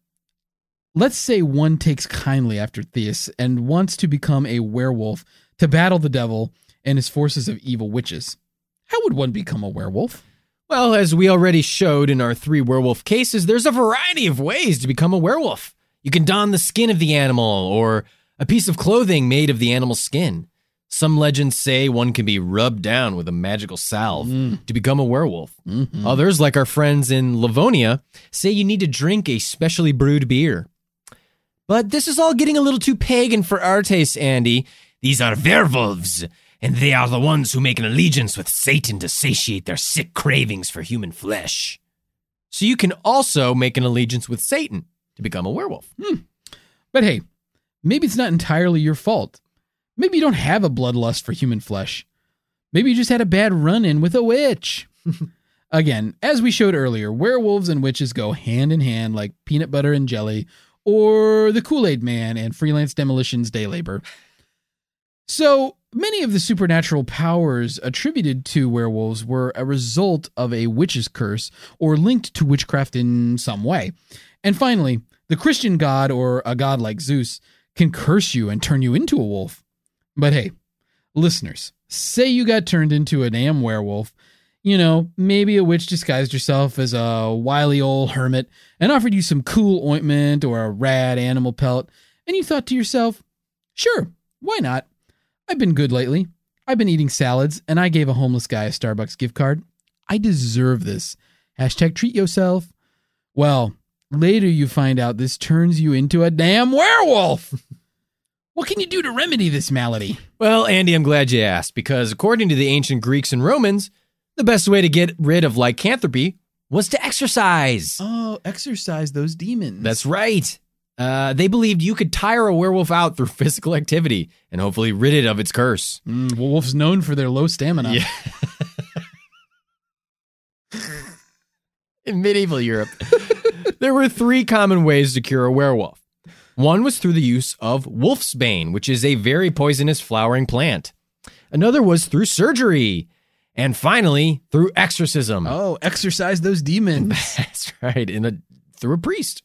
A: let's say one takes kindly after Theus and wants to become a werewolf to battle the devil and his forces of evil witches. How would one become a werewolf?
B: Well, as we already showed in our three werewolf cases, there's a variety of ways to become a werewolf. You can don the skin of the animal or a piece of clothing made of the animal's skin. Some legends say one can be rubbed down with a magical salve to become a werewolf.
A: Mhm.
B: Others, like our friends in Livonia, say you need to drink a specially brewed beer. But this is all getting a little too pagan for our taste, Andy. These are werewolves, and they are the ones who make an allegiance with Satan to satiate their sick cravings for human flesh. So you can also make an allegiance with Satan to become a werewolf.
A: But hey, maybe it's not entirely your fault. Maybe you don't have a bloodlust for human flesh. Maybe you just had a bad run in with a witch. Again, as we showed earlier, werewolves and witches go hand in hand like peanut butter and jelly, or the Kool Aid Man and freelance demolition's day labor. So many of the supernatural powers attributed to werewolves were a result of a witch's curse or linked to witchcraft in some way. And finally, the Christian god or a god like Zeus can curse you and turn you into a wolf. But hey, listeners, say you got turned into a damn werewolf. You know, maybe a witch disguised herself as a wily old hermit and offered you some cool ointment or a rad animal pelt, and you thought to yourself, sure, why not? I've been good lately. I've been eating salads, and I gave a homeless guy a Starbucks gift card. I deserve this. Hashtag treat yourself. Well, later you find out this turns you into a damn werewolf. what can you do to remedy this malady?
B: Well, Andy, I'm glad you asked because according to the ancient Greeks and Romans, the best way to get rid of lycanthropy was to exercise.
A: Oh, exercise those demons.
B: That's right. Uh, they believed you could tire a werewolf out through physical activity and hopefully rid it of its curse.
A: Mm, well, wolves known for their low stamina.
B: Yeah. In medieval Europe, there were three common ways to cure a werewolf. One was through the use of wolf's bane, which is a very poisonous flowering plant. Another was through surgery. And finally, through exorcism.
A: Oh, exercise those demons.
B: That's right, in a through a priest.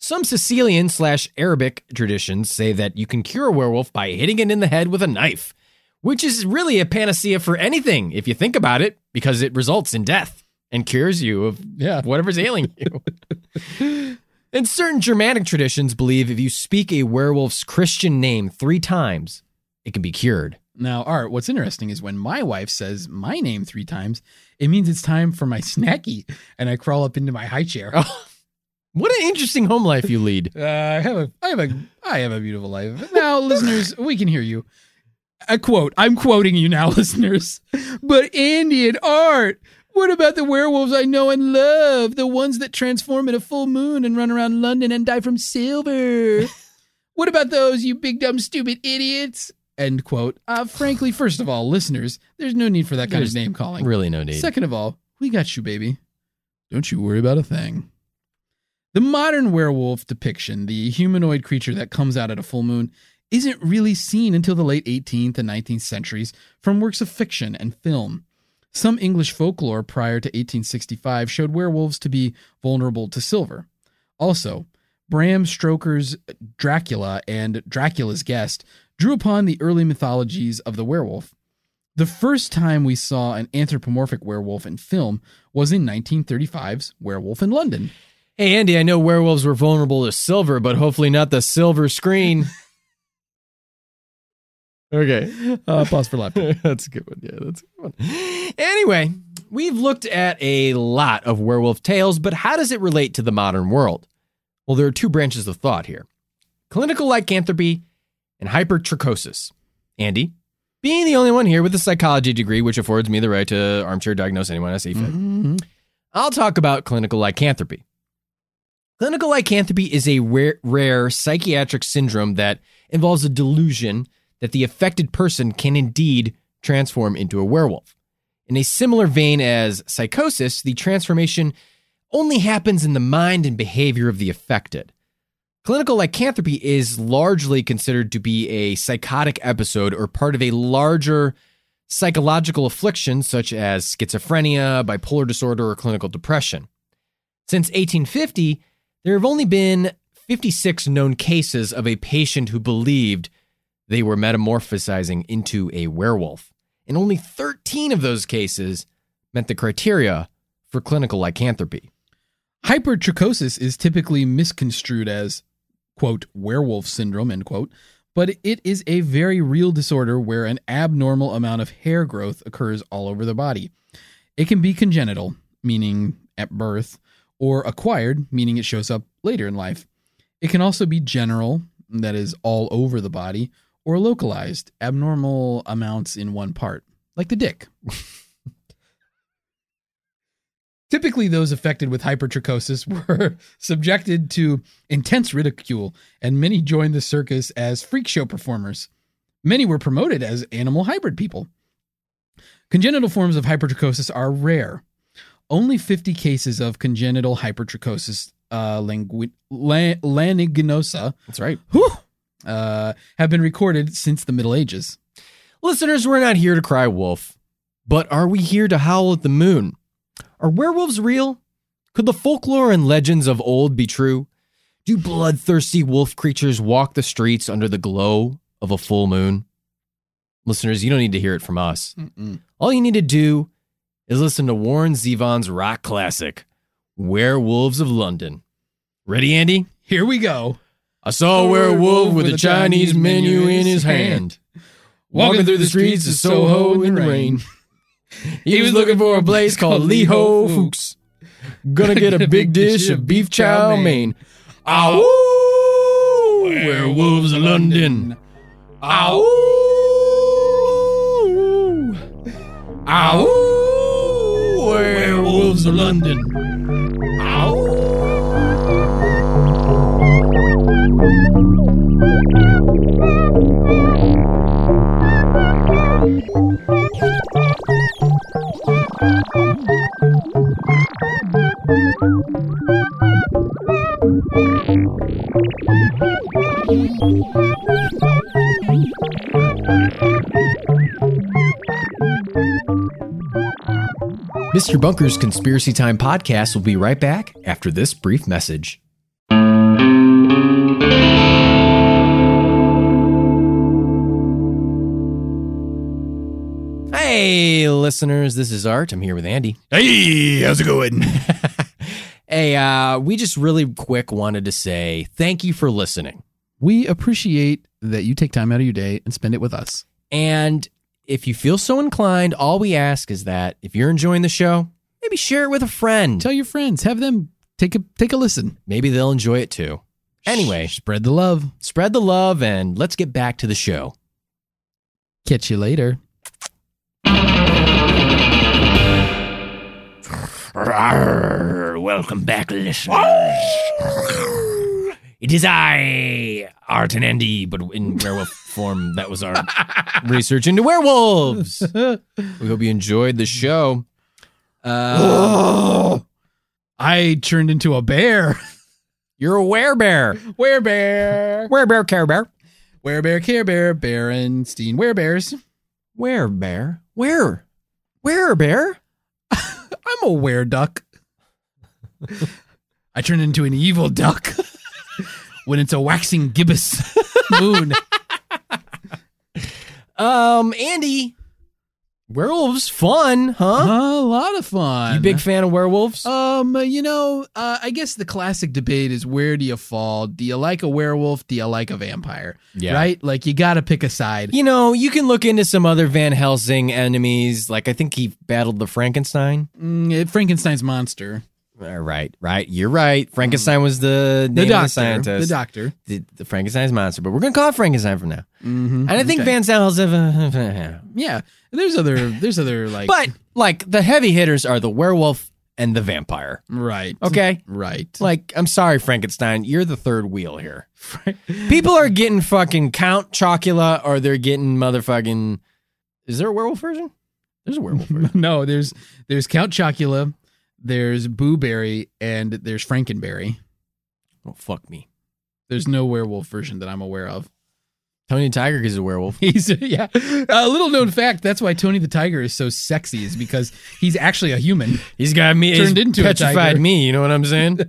B: Some Sicilian slash Arabic traditions say that you can cure a werewolf by hitting it in the head with a knife, which is really a panacea for anything if you think about it, because it results in death and cures you of
A: yeah.
B: whatever's ailing you. and certain Germanic traditions believe if you speak a werewolf's Christian name three times, it can be cured.
A: Now, Art, what's interesting is when my wife says my name three times, it means it's time for my snacky, and I crawl up into my high chair.
B: What an interesting home life you lead.
A: Uh, I have a, I have a, I have a beautiful life. But Now, listeners, we can hear you. A quote. I'm quoting you now, listeners. But Andy and Art, what about the werewolves I know and love? The ones that transform at a full moon and run around London and die from silver. what about those, you big dumb stupid idiots? End quote. Uh, frankly, first of all, listeners, there's no need for that kind
B: There's
A: of name calling.
B: Really no need.
A: Second of all, we got you, baby. Don't you worry about a thing. The modern werewolf depiction, the humanoid creature that comes out at a full moon, isn't really seen until the late 18th and 19th centuries from works of fiction and film. Some English folklore prior to 1865 showed werewolves to be vulnerable to silver. Also, Bram Stoker's Dracula and Dracula's Guest drew upon the early mythologies of the werewolf. The first time we saw an anthropomorphic werewolf in film was in 1935's Werewolf in London.
B: Hey, Andy, I know werewolves were vulnerable to silver, but hopefully not the silver screen. okay.
A: Uh, pause for laughter.
B: that's a good one. Yeah, that's a good one. Anyway, we've looked at a lot of werewolf tales, but how does it relate to the modern world? Well, there are two branches of thought here clinical lycanthropy and hypertrichosis. Andy, being the only one here with a psychology degree, which affords me the right to armchair diagnose anyone I see fit,
A: Mhm.
B: I'll talk about clinical lycanthropy. Clinical lycanthropy is a rare, rare psychiatric syndrome that involves a delusion that the affected person can indeed transform into a werewolf. In a similar vein as psychosis, the transformation only happens in the mind and behavior of the affected. Clinical lycanthropy is largely considered to be a psychotic episode or part of a larger psychological afflictions such as schizophrenia, bipolar disorder, or clinical depression. Since 1850, there have only been 56 known cases of a patient who believed they were metamorphosizing into a werewolf, and only 13 of those cases met the criteria for clinical lycanthropy.
A: Hypertrichosis is typically misconstrued as, quote, werewolf syndrome, end quote, but it is a very real disorder where an abnormal amount of hair growth occurs all over the body. It can be congenital, meaning at birth, or acquired, meaning it shows up later in life. It can also be general, that is, all over the body, or localized, abnormal amounts in one part, like the dick. Typically, those affected with hypertrichosis were subjected to intense ridicule, and many joined the circus as freak show performers. Many were promoted as animal hybrid people. Congenital forms of hypertrichosis are rare. Only 50 cases of congenital hypertrichosis uh, languid- la- laniginosa
B: That's right.
A: whew, uh, have been recorded since the Middle Ages.
B: Listeners, we're not here to cry wolf, but are we here to howl at the moon? Are werewolves real? Could the folklore and legends of old be true? Do bloodthirsty wolf creatures walk the streets under the glow of a full moon? Listeners, you don't need to hear it from us. All you need to do is listen to Warren Zevon's rock classic, Werewolves of London. Ready, Andy?
A: Here we go.
B: I saw a werewolf with a Chinese menu in his hand. Walking through the streets of Soho in the rain. He was looking for a place called Lee Ho Fook's. Gonna get a big dish of beef chow mein. Ow! Werewolves of London. Ow! Ow! Werewolves of London. Ow! Mr. Bunker's Conspiracy Time podcast will be right back after this brief message. Hey, listeners, this is Art. I'm here with Andy.
C: Hey, how's it going?
B: hey, uh, we just really quick wanted to say thank you for listening.
A: We appreciate that you take time out of your day and spend it with us.
B: And if you feel so inclined, all we ask is that if you're enjoying the show, maybe share it with a friend.
A: Tell your friends, have them take a take a listen.
B: Maybe they'll enjoy it too. Anyway,
A: Sh- spread the love.
B: spread the love and let's get back to the show.
A: Catch you later.
C: Arr, welcome back, listeners.
B: It is I, Art and Andy, but in werewolf form. That was our research into werewolves. We hope you enjoyed the show. Uh,
A: I turned into a bear.
B: You're a werebear.
A: Werebear.
B: Werebear, care bear.
A: Werebear, Care Bear, Berenstein, Werebears.
B: Werebear. Where? Werebear?
A: I'm a were duck. I turn into an evil duck when it's a waxing gibbous moon.
B: Um, Andy. Werewolves fun, huh?
A: A lot of fun.
B: You big fan of werewolves?
A: Um, you know, uh, I guess the classic debate is where do you fall? Do you like a werewolf? Do you like a vampire?
B: Yeah.
A: Right? Like you got to pick a side.
B: You know, you can look into some other Van Helsing enemies. Like I think he battled the Frankenstein.
A: Mm, it- Frankenstein's monster.
B: Uh, Right, right. You're right. Frankenstein was the name
A: The
B: of
A: doctor.
B: the scientist.
A: The doctor.
B: the, the Frankenstein's monster, but we're gonna call it Frankenstein for now.
A: Mm-hmm.
B: And I think Van Helsing.
A: yeah, And there's other there's other like
B: But like the heavy hitters are the werewolf and the vampire.
A: right.
B: Okay.
A: Right.
B: Like, I'm sorry, Frankenstein, you're the third wheel here. People are getting fucking Count Chocula or they're getting motherfucking. Is there a werewolf version? There's a werewolf version.
A: no, there's there's Count Chocula, there's Boo Berry, and there's Frankenberry.
B: oh, fuck me.
A: There's no werewolf version that I'm aware of.
B: Tony the Tiger is a werewolf.
A: He's yeah. A little known fact. That's why Tony the Tiger is so sexy is because he's actually a human.
B: He's got me
A: Turned
B: he's
A: into a
B: petrified
A: tiger.
B: me. You know what I'm saying?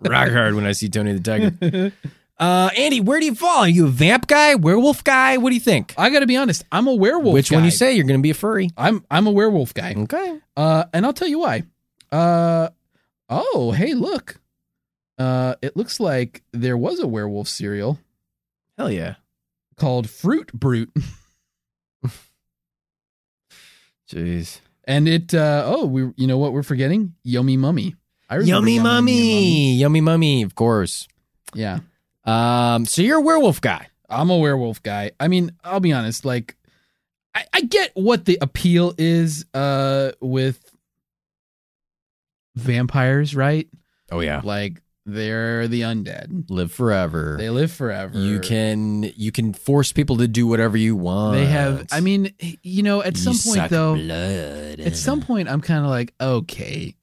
B: Rock hard when I see Tony the Tiger. Uh, Andy, where do you fall? Are you a vamp guy, werewolf guy? What do you think?
A: I got to be honest. I'm a werewolf.
B: Which one
A: guy.
B: you say you're going to be a furry?
A: I'm I'm a werewolf guy.
B: Okay.
A: Uh, and I'll tell you why. Uh, oh hey look. Uh, it looks like there was a werewolf cereal
B: Hell yeah.
A: called Fruit Brute,
B: Jeez.
A: and it uh oh we you know what we're forgetting Yummy Mummy. I remember
B: Yummy mummy. Yummy mummy, of course.
A: Yeah,
B: Um, so you're a werewolf guy.
A: I'm a werewolf guy. I mean, I'll be honest. Like, I, I get what the appeal is uh with vampires, right?
B: Oh yeah.
A: Like they're the undead.
B: Live forever.
A: They live forever.
B: You can you can force people to do whatever you want.
A: They have. I mean, you know, at
B: You
A: some
B: suck
A: point though,
B: blood.
A: at some point, I'm kind of like, okay,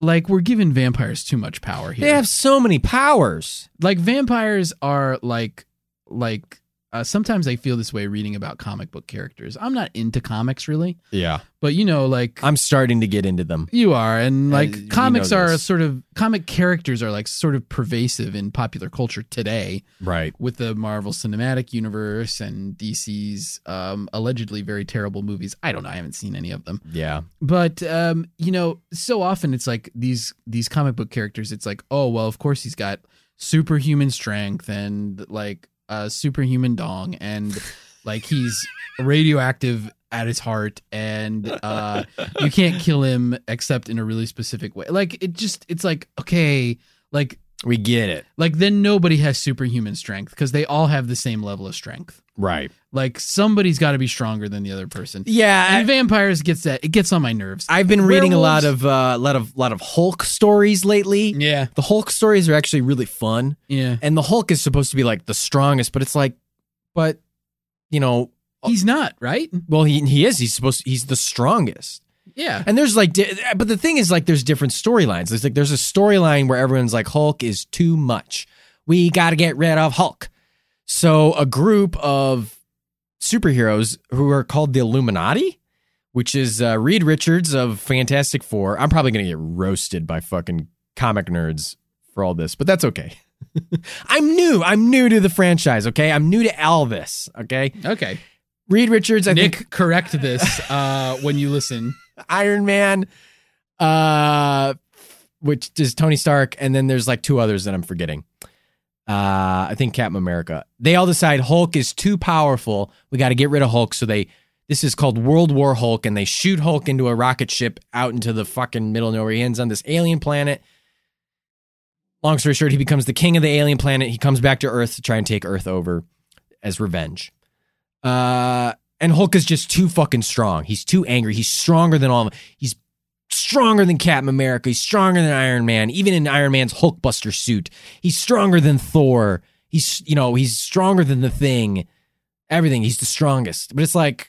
A: like we're giving vampires too much power here.
B: They have so many powers.
A: like vampires are like like uh, sometimes I feel this way reading about comic book characters. I'm not into comics really,
B: Yeah.
A: but you know, like
B: I'm starting to get into them.
A: you are, and like
B: you know
A: comics are
B: this.
A: sort of comic characters are like sort of pervasive in popular culture today
B: Right.
A: with the Marvel Cinematic Universe and DC's um, allegedly very terrible movies. I don't know. I haven't seen any of them
B: Yeah.
A: but um you know so often it's like these these comic book characters it's like oh well of course he's got superhuman strength and like a superhuman dong and like he's radioactive at his heart and uh you can't kill him except in a really specific way like it just it's like okay like
B: We get it.
A: like then nobody has superhuman strength because they all have the same level of strength
B: Right.
A: like somebody's got to be stronger than the other person
B: Yeah.
A: and vampires gets that it gets on my nerves
B: I, have been reading a lot
A: Werewolves-
B: of uh, lot of lot of Hulk stories lately.
A: yeah
B: The Hulk stories are actually really fun.
A: Yeah.
B: and the Hulk is supposed to be like the strongest, but it's like, but you know,
A: He's not, right?
B: well he he is he's supposed he's the strongest,
A: Yeah.
B: and there's like, di- but the thing is like there's different storylines. There's like there's a storyline where everyone's like Hulk is too much, we got to get rid of Hulk. So a group of superheroes who are called the Illuminati. Which is uh, Reed Richards of Fantastic Four. I'm probably going to get roasted by fucking comic nerds for all this, but that's okay. I'm new. I'm new to the franchise. Okay, I'm new to Elvis. Okay,
A: Okay.
B: Reed Richards. I
A: Nick,
B: think
A: correct this uh, when you listen.
B: Iron Man, uh, which is Tony Stark, and then there's like two others that I'm forgetting. Uh, I think Captain America. They all decide Hulk is too powerful. We got to get rid of Hulk. So they this is called World War Hulk, and they shoot Hulk into a rocket ship out into the fucking middle of nowhere. He ends on this alien planet. Long story short, he becomes the king of the alien planet. He comes back to Earth to try and take Earth over as revenge. Uh, and Hulk is just too fucking strong. He's too angry. He's stronger than all of them. He's stronger than Captain America. He's stronger than Iron Man. Even in Iron Man's Hulkbuster suit, he's stronger than Thor. He's you know he's stronger than the Thing. Everything. He's the strongest. But it's like.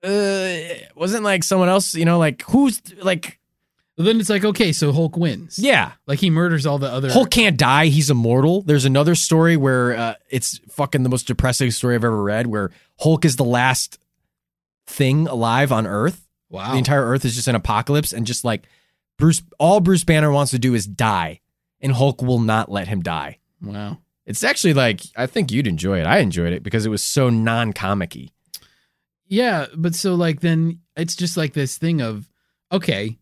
B: Uh, wasn't like someone else, you know, like who's like
A: then it's like, okay, so Hulk wins.
B: Yeah.
A: Like he murders all the other
B: Hulk can't die. He's immortal. There's another story where uh, it's fucking the most depressing story I've ever read where Hulk is the last thing alive on Earth.
A: Wow.
B: The entire Earth is just an apocalypse, and just like Bruce, all Bruce Banner wants to do is die, and Hulk will not let him die.
A: wow.
B: It's actually like I think you'd enjoy it. I enjoyed it because it was so non-comic-y.
A: Yeah, but so like then it's just like this thing of okay.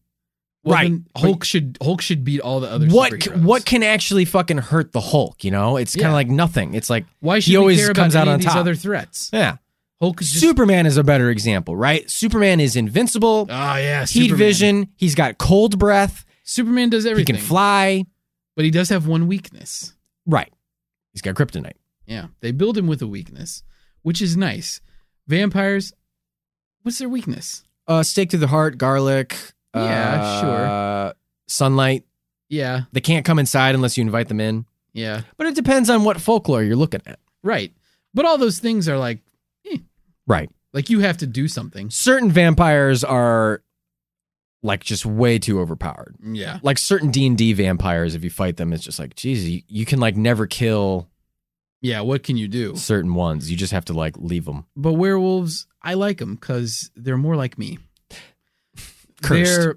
A: Well,
B: Right.
A: then Hulk should Hulk should beat all the other
B: What
A: superheroes.
B: what can actually fucking hurt the Hulk? You know, it's kind of
A: Yeah.
B: like nothing. It's like
A: why should
B: he
A: we
B: always
A: care
B: comes
A: about
B: out
A: any
B: on
A: of these
B: top.
A: other threats?
B: yeah.
A: Hulk is just
B: Superman is a better example, right? Superman is invincible.
A: Oh yeah,
B: heat
A: Superman.
B: vision. He's got cold breath.
A: Superman does everything.
B: He can fly.
A: but he does have one weakness.
B: Right. He's got kryptonite.
A: Yeah, they build him with a weakness, which is nice. Vampires, what's their weakness?
B: Uh, stake to the heart, garlic.
A: Yeah,
B: sure. Sunlight.
A: Yeah,
B: They can't come inside unless you invite them in.
A: yeah,
B: But it depends on what folklore you're looking at.
A: right. But all those things are like
B: Right.
A: like you have to do something.
B: Certain vampires are like just way too overpowered.
A: Yeah,
B: Like certain D and D vampires, if you fight them, it's just like, geez, you, you can like never kill
A: yeah. What can you do?
B: certain ones. You just have to like leave them.
A: But werewolves, I like them because they're more like me. They're
B: Cursed.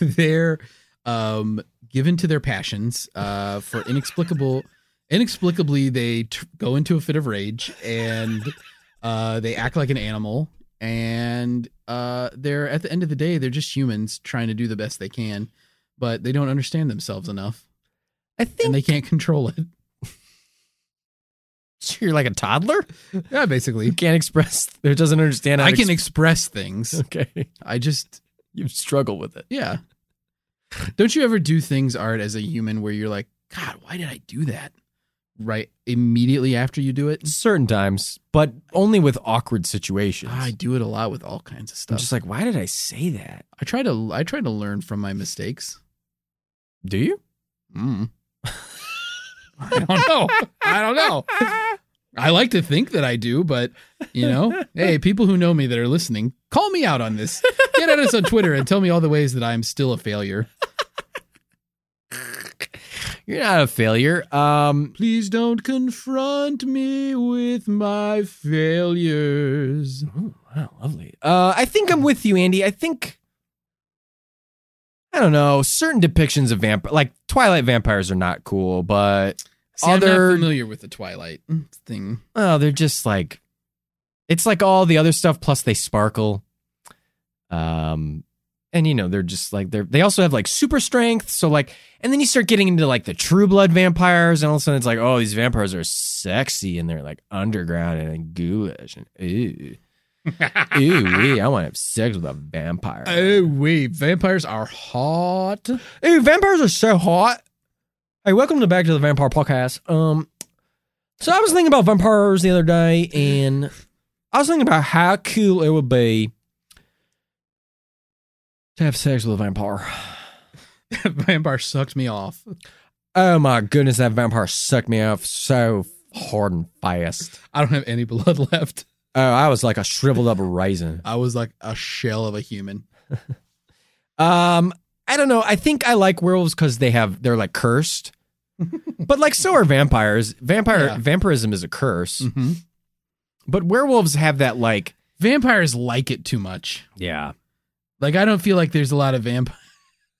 A: they're um, given to their passions uh, for inexplicable. inexplicably, they t- go into a fit of rage and uh, they act like an animal. And uh, they're at the end of the day, they're just humans trying to do the best they can, but they don't understand themselves enough
B: I
A: and
B: think
A: they can't control it.
B: you're like a toddler.
A: Yeah,
B: You
A: basically.
B: can't express. It doesn't understand. How
A: I
B: to
A: can
B: exp-
A: express things.
B: okay.
A: I just
B: You struggle with it.
A: Yeah. Don't you ever do things, Art, as a human where you're like, God, why did I do that? Right immediately after you do it?
B: Certain times, but only with awkward situations.
A: I do it a lot with all kinds of
B: I'm
A: stuff.
B: just like, why did I say that?
A: I try to I try to learn from my mistakes.
B: Do you?
A: Mm. I don't know. I don't know. I like to think that I do, but you know, hey, people who know me that are listening, call me out on this. Get at us on Twitter and tell me all the ways that I'm still a failure.
B: You're not a failure. Um,
A: Please don't confront me with my failures.
B: ooh, wow, lovely. Uh, I think I'm with you, Andy. I think I don't know. Certain depictions of vampire, like Twilight vampires, are not cool, but
A: See, I'm
B: other-
A: not familiar with the Twilight Mm, thing.
B: oh, they're just like it's like all the other stuff. Plus, they sparkle. Um, and you know they're just like they're they also have like super strength. So like, and then you start getting into like the True Blood vampires, and all of a sudden it's like, oh, these vampires are sexy and they're like underground and ghoulish and ooh, ooh, wee, I want to have sex with a vampire.
A: Oh wait, vampires are hot.
B: Hey, vampires are so hot. Hey, welcome to back to the vampire podcast. Um, so I was thinking about vampires the other day, and I was thinking about how cool it would be to have sex with a vampire.
A: Vampire sucked me off.
B: Oh my goodness, that vampire sucked me off so hard and fast.
A: I don't have any blood left.
B: Oh, I was like a shriveled up raisin.
A: I was like a shell of a human.
B: Um, I don't know. I think I like werewolves because they have they're like cursed, but like so are vampires. Vampire
A: Yeah.
B: vampirism is a curse.
A: Mm-hmm.
B: But werewolves have that like
A: Vampires like it too much.
B: yeah.
A: Like I don't feel like there's a lot of vampire.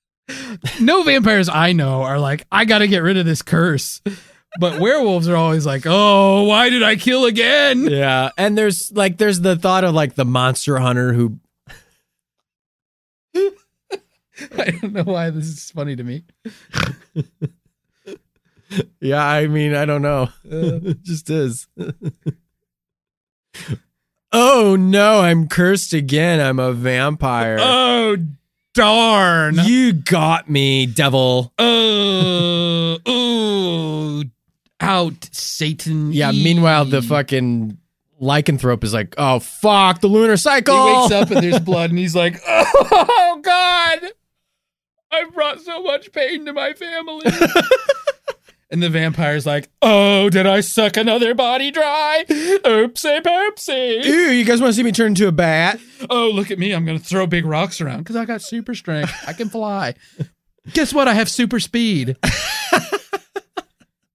A: no vampires I know are like I got to get rid of this curse. But werewolves are always like, "Oh, why did I kill again?"
B: Yeah, and there's like there's the thought of like the monster hunter who
A: I don't know why this is funny to me.
B: Yeah, I mean, I don't know. it just is. oh no, I'm cursed again. I'm a vampire.
A: Oh, darn.
B: you got me, devil.
A: Oh, oh, out, Satan.
B: Yeah, meanwhile the fucking lycanthrope is like, "Oh fuck, the lunar
A: He
B: cycle."
A: wakes up and there's blood, and he's like, oh, God, I brought so much pain to my family. And the vampire's like, oh, did I suck another body dry? Oopsie poopsie.
B: Ew, you guys want to see me turn into a bat?
A: Oh, look at me. I'm going to throw big rocks around because I got super strength. I can fly. Guess what? I have super speed.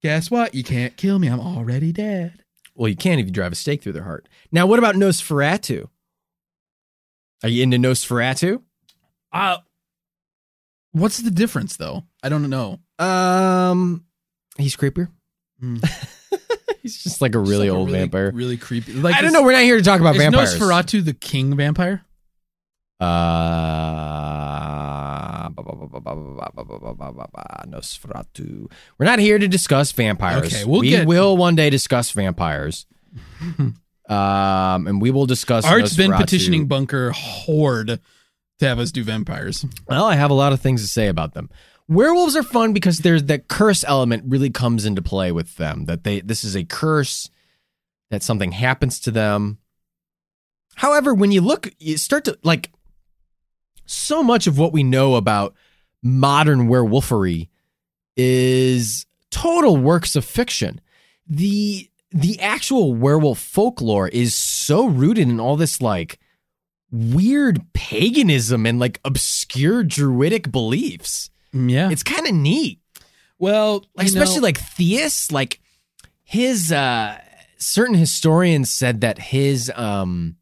A: Guess what? You can't kill me. I'm already dead.
B: Well, you can if you drive a stake through their heart. Now, what about Nosferatu? Are you into Nosferatu?
A: Uh, What's the difference, though? I don't know.
B: Um, he's creepier.
A: Mm.
B: he's just like a really
A: Just like a
B: old vampire.
A: Really creepy. Like
B: I don't
A: is-
B: know. We're not here to talk about
A: Is
B: vampires.
A: Nosferatu the king vampire?
B: Uh, ba- ba- ba- ba- ba- ba- ba- ba- ba- ba- ba- ba- Nosferatu. We're not here to discuss vampires.
A: Okay, we'll
B: we
A: get-
B: will one day discuss vampires. um, and we will discuss.
A: Art's been
B: Nosferatu.
A: petitioning Bunker horde to have us do vampires.
B: Well, I have a lot of things to say about them. Werewolves are fun because there's that curse element really comes into play with them. That they this is a curse that something happens to them. However, when you look, you start to like so much of what we know about modern werewolfery is total works of fiction. The the actual werewolf folklore is so rooted in all this like weird paganism and like obscure druidic beliefs.
A: Mm, Yeah.
B: It's kind of neat.
A: well,
B: Like especially like theists, like his uh certain historians said that his um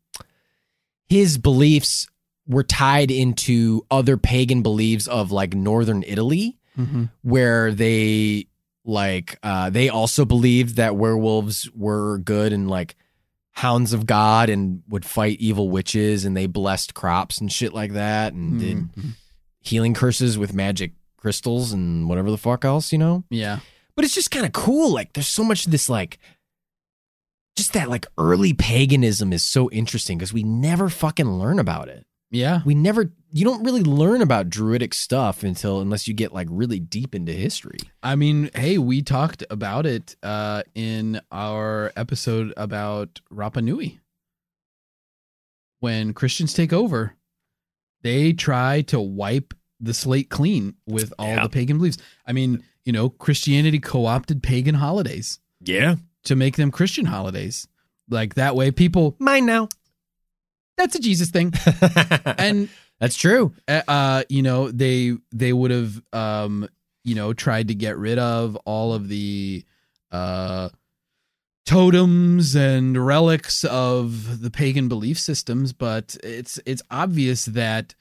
B: his beliefs were tied into other pagan beliefs of like northern Italy
A: like
B: where they like uh they also believed that werewolves were good and like hounds of god and would fight evil witches and they blessed crops and shit like that and
A: Mm-hmm. Hmm.
B: did healing curses with magic crystals and whatever the fuck else you know
A: yeah.
B: but it's just kind of cool like there's so much of this like just that like early paganism is so interesting because we never fucking learn about it
A: Yeah.
B: we never you don't really learn about druidic stuff until unless you get like really deep into history
A: I mean, hey, we talked about it uh, in our episode about Rapa Nui. When Christians take over, they try to wipe the slate clean with all the pagan beliefs. I mean, you know, Christianity co opted pagan holidays
D: Yeah.
A: to make them Christian holidays. Like that way, people,
B: mine now
A: that's a Jesus thing. And
B: that's true
A: uh, uh, you know they they would have um you know tried to get rid of all of the uh totems and relics of the pagan belief systems but it's it's obvious that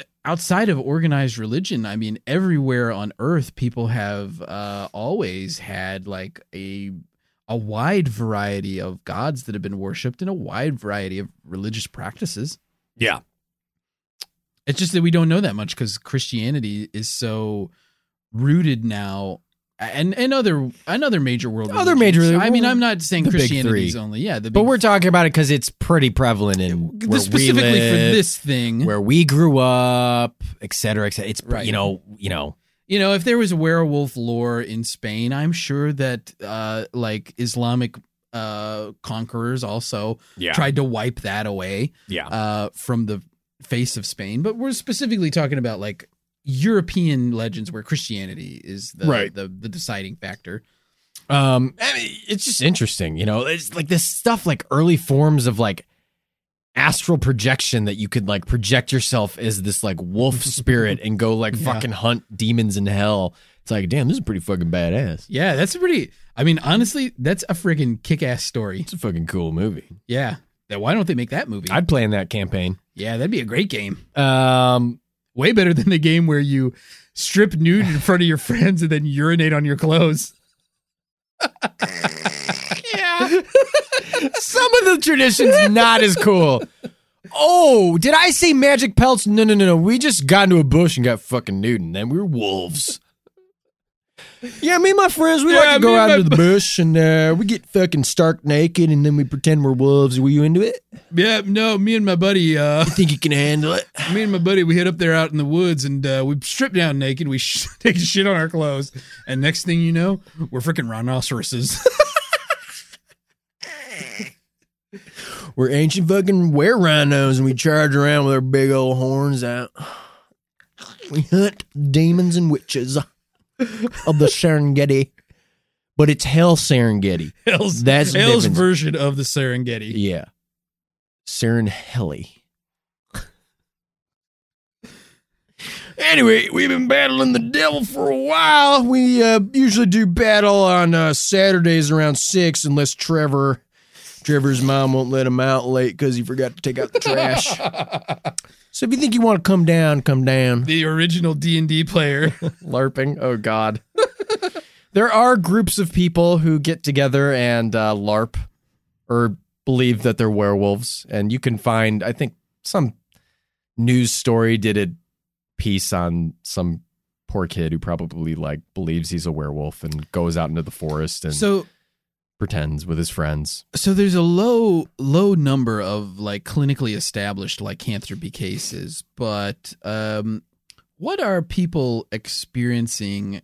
A: eh, outside of organized religion i mean everywhere on earth people have uh always had like a a wide variety of gods that have been worshipped and a wide variety of religious practices
D: Yeah.
A: it's just that we don't know that much because Christianity is so rooted now, and and other another major world.
B: Other
A: religions.
B: major-
A: I mean, I'm not saying
B: the big
A: Christianity is
B: three.
A: only. Yeah, the big,
B: but we're talking about it because it's pretty prevalent in
A: the-
B: where
A: specifically
B: we live,
A: for this thing.
B: where we grew up et cetera, et cetera. it's
A: Right.
B: you know you know
A: you know, if there was werewolf lore in Spain, I'm sure that uh, like Islamic uh, conquerors also
D: Yeah.
A: tried to wipe that away.
D: yeah.
A: uh, from the face of Spain, but we're specifically talking about like European legends where Christianity is the
D: Right.
A: the, the deciding factor.
B: um I mean, it's just interesting you know it's like this stuff like early forms of like astral projection that you could like project yourself as this like wolf spirit and go like
A: Yeah.
B: fucking hunt demons in hell it's like damn this is pretty fucking badass
A: Yeah, that's a pretty. I mean, honestly, that's a friggin' kick ass story.
B: it's a fucking cool movie
A: Yeah. That, why don't they make that movie?
B: i'd play in that campaign
A: yeah, that'd be a great game.
B: um
A: Way better than the game where you strip nude in front of your friends and then urinate on your clothes.
B: Some of the traditions not as cool. Oh, did I say magic pelts? No, no, no, no. We just got into a bush and got fucking nude, and then we were wolves. Yeah, me and my friends, we like
A: Yeah,
B: to
A: me
B: go
A: and
B: out
A: my-
B: into the bush and uh, we get fucking stark naked, and then we pretend we're wolves. Were you into it?
A: Yeah, no, me and my buddy, uh,
B: Think you can handle it?
A: me and my buddy, we hit up there out in the woods and uh, we stripped down naked. We sh- take a shit on our clothes, and next thing you know, we're freaking rhinoceroses.
B: We're ancient fucking were rhinos, and we charge around with our big old horns out. We hunt demons and witches. of the Serengeti, but it's Hell Serengeti.
A: Hell's,
B: That's the
A: Hell's
B: difference.
A: version of the Serengeti.
B: Yeah. Serenheli. anyway, we've been battling the devil for a while. We uh, usually do battle on uh, Saturdays around 6 unless Trevor Trevor's mom won't let him out late cuz he forgot to take out the trash. so if you think you want to come down, come down.
A: The original D and D player.
B: LARPing. Oh God. there are groups of people who get together and uh, LARP or believe that they're werewolves, and you can find. I think some news story did a piece on some poor kid who probably like believes he's a werewolf and goes out into the forest and
A: so
B: pretends with his friends.
A: so there's a low low number of like clinically established lycanthropy cases, but um, what are people experiencing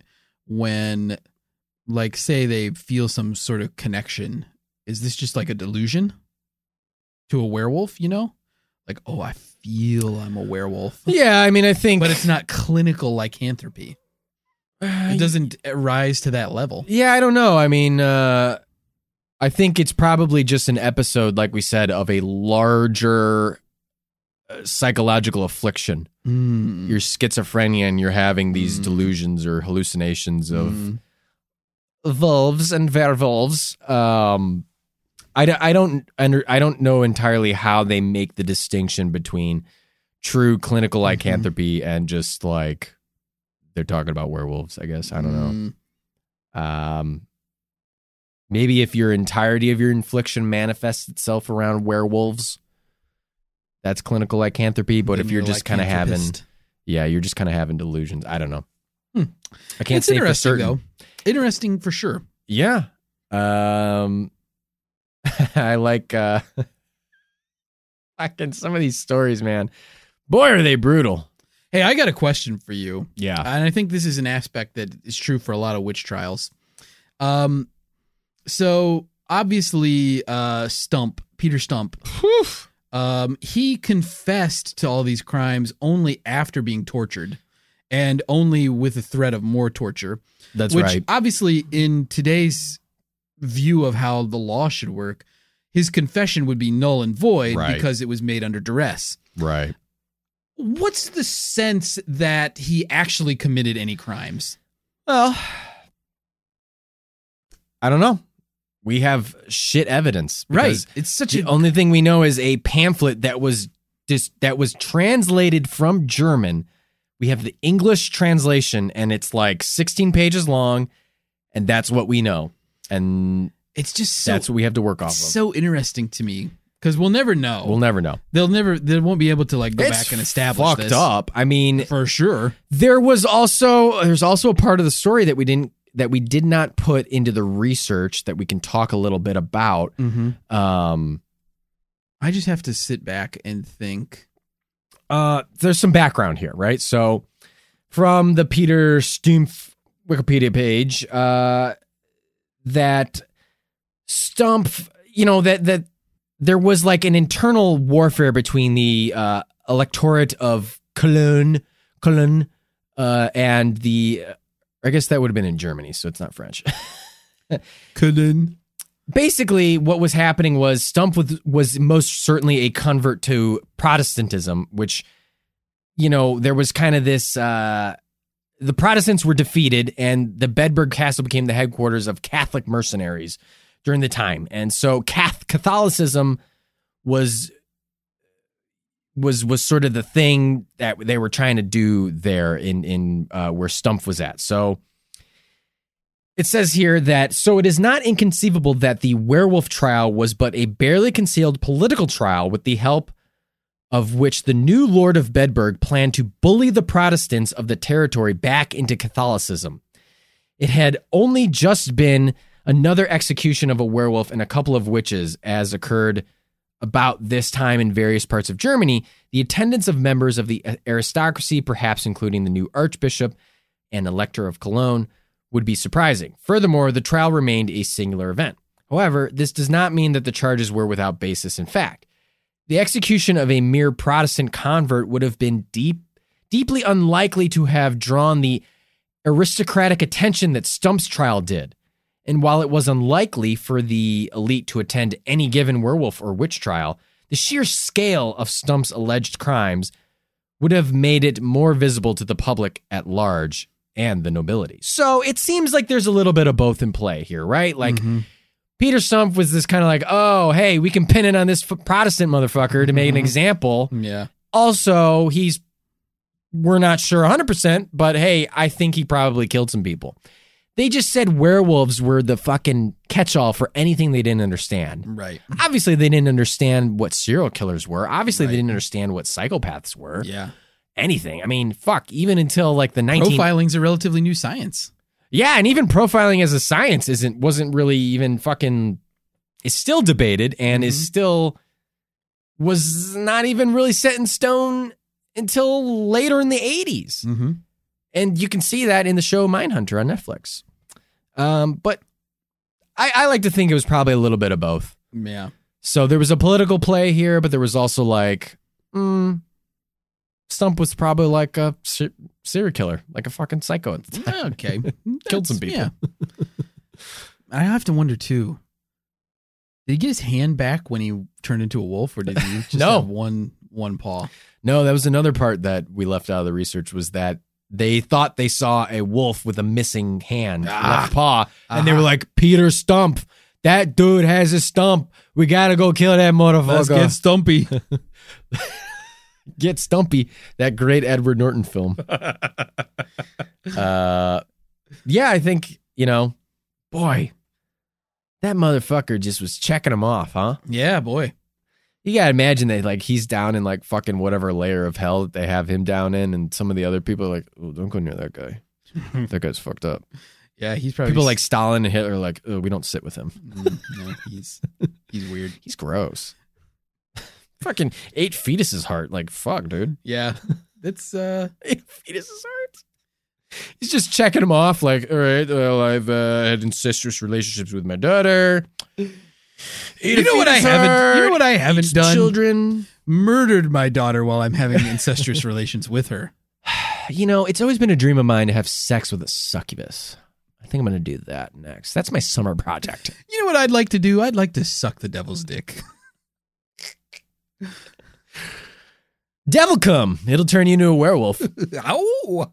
A: when, like, say they feel some sort of connection? Is this just like a delusion to a werewolf? You know, like, oh, I feel I'm a werewolf,
B: Yeah, I mean, I think,
A: but it's not clinical lycanthropy. It doesn't rise to that level.
B: Yeah, I don't know. I mean, uh, I think it's probably just an episode, like we said, of a larger uh, psychological affliction.
A: Mm.
B: Your schizophrenia and you're having these
A: Mm.
B: delusions or hallucinations of wolves and werewolves. Um, I, d- I don't under, I don't know entirely how they make the distinction between true clinical
A: Mhm.
B: lycanthropy and just like they're talking about werewolves. I guess I don't know.
A: Mm.
B: Um, maybe if your entirety of your infliction manifests itself around werewolves, that's clinical lycanthropy. But if you're just kind of having, yeah, you're just kind of having delusions. I don't know.
A: Hmm.
B: I can't
A: it's
B: say for
A: interesting
B: certain.
A: though. Interesting for sure.
B: Yeah. Um, I like uh, fucking some of these stories, man. Boy, are they brutal.
A: Hey, I got a question for you,
B: Yeah.
A: and I think this is an aspect that is true for a lot of witch trials. Um, so obviously, uh, Stump Peter Stump, um, he confessed to all these crimes only after being tortured, and only with the threat of more torture.
B: That's
A: which
B: right.
A: obviously in today's view of how the law should work his confession would be null and void
B: Right.
A: because it was made under duress
B: Right.
A: what's the sense that he actually committed any crimes
B: Well, I don't know. We have shit evidence. because
A: it's such
B: The
A: a
B: only thing we know is a pamphlet that was dis- that was translated from German. We have the English translation, and it's like 16 pages long, and that's what we know, and
A: it's just so
B: that's what we have to work off of.
A: it's so interesting to me because we'll never know
B: we'll never know.
A: they'll never they won't be able to like go
B: It's
A: back and establish
B: fucked
A: this
B: up. I mean,
A: for sure
B: there was also there's also a part of the story that we didn't that we did not put into the research that we can talk a little bit about.
A: mm-hmm.
B: Um,
A: i just have to sit back and think
B: uh, there's some background here, right? So, from the Peter Stumpf Wikipedia page, uh, that Stumpf, you know, that that there was like an internal warfare between the uh, electorate of Cologne, Cologne, uh, and the, I guess that would have been in Germany, so it's not French.
A: Cullen.
B: basically what was happening was Stump was, was most certainly a convert to Protestantism, which you know there was kind of this. Uh, the Protestants were defeated, and the Bedburg Castle became the headquarters of Catholic mercenaries during the time, and so Cath- Catholicism was was was sort of the thing that they were trying to do there in in uh, where Stump was at. So it says here that so it is not inconceivable that the werewolf trial was but a barely concealed political trial with the help of which the new Lord of Bedburg planned to bully the Protestants of the territory back into Catholicism. It had only just been another execution of a werewolf and a couple of witches, as occurred about this time in various parts of Germany. The attendance of members of the aristocracy, perhaps including the new Archbishop and Elector of Cologne, would be surprising. Furthermore, the trial remained a singular event. However, this does not mean that the charges were without basis in fact. The execution of a mere Protestant convert would have been deep, deeply unlikely to have drawn the aristocratic attention that Stump's trial did. And while it was unlikely for the elite to attend any given werewolf or witch trial, the sheer scale of Stump's alleged crimes would have made it more visible to the public at large and the nobility. So it seems like there's a little bit of both in play here, right? Like
A: Mhm.
B: Peter Stump was this kind of like, oh, hey, we can pin it on this f- Protestant motherfucker to make an
A: Mhm.
B: example.
A: yeah,
B: Also, he's, we're not sure 100%, but hey, I think he probably killed some people. They just said werewolves were the fucking catch all for anything they didn't understand
A: right.
B: obviously they didn't understand what serial killers were. Obviously
A: Mm-hmm. Right.
B: they didn't understand what psychopaths were.
A: Yeah,
B: Anything. I mean, fuck, even until like the 19
A: profiling's a relatively new science.
B: Yeah, and even profiling as a science isn't wasn't really even fucking is still debated and
A: Mhm.
B: is still was not even really set in stone until later in the 80s.
A: Mm-hmm.
B: And you can see that in the show Mindhunter on Netflix. Um, but I, I like to think it was probably a little bit of both.
A: Yeah,
B: So there was a political play here, but there was also like, mm, Stump was probably like a ser- serial killer, like a fucking psycho at the time.
A: okay.
B: Killed some people.
A: That's- yeah. I have to wonder too. Did he get his hand back when he turned into a wolf, or did he just
B: No.
A: have one one paw?
B: No, that was another part that we left out of the research was that they thought they saw a wolf with a missing hand,
A: Ah.
B: left paw, and they
A: Ah.
B: were like, Peter Stump, that dude has a stump. We gotta go kill that motherfucker.
A: stumpy.
B: Get Stumpy, that great Edward Norton film. uh, yeah, I think, you know, boy, that motherfucker just was checking him off, huh?
A: yeah, boy.
B: You gotta imagine that, like, he's down in, like, fucking whatever layer of hell that they have him down in, and some of the other people are like, oh, don't go near that guy. That guy's fucked up.
A: Yeah, he's probably
B: People like Stalin and Hitler are like, oh, we don't sit with him.
A: Mm, no, he's he's weird.
B: He's gross. fucking ate fetus's heart. Like, fuck, dude.
A: Yeah, that's uh.
B: fetus's heart. He's just checking him off, like, all right, well, I've uh, had incestuous relationships with my daughter.
A: You know what I haven't? You know what I haven't done?
B: Children.
A: Murdered my daughter while I'm having incestuous relations with her.
B: You know, it's always been a dream of mine to have sex with a succubus. I think I'm going to do that next. That's my summer project.
A: You know what I'd like to do? I'd like to suck the devil's dick.
B: Devil come. It'll turn you into a werewolf.
A: Ow!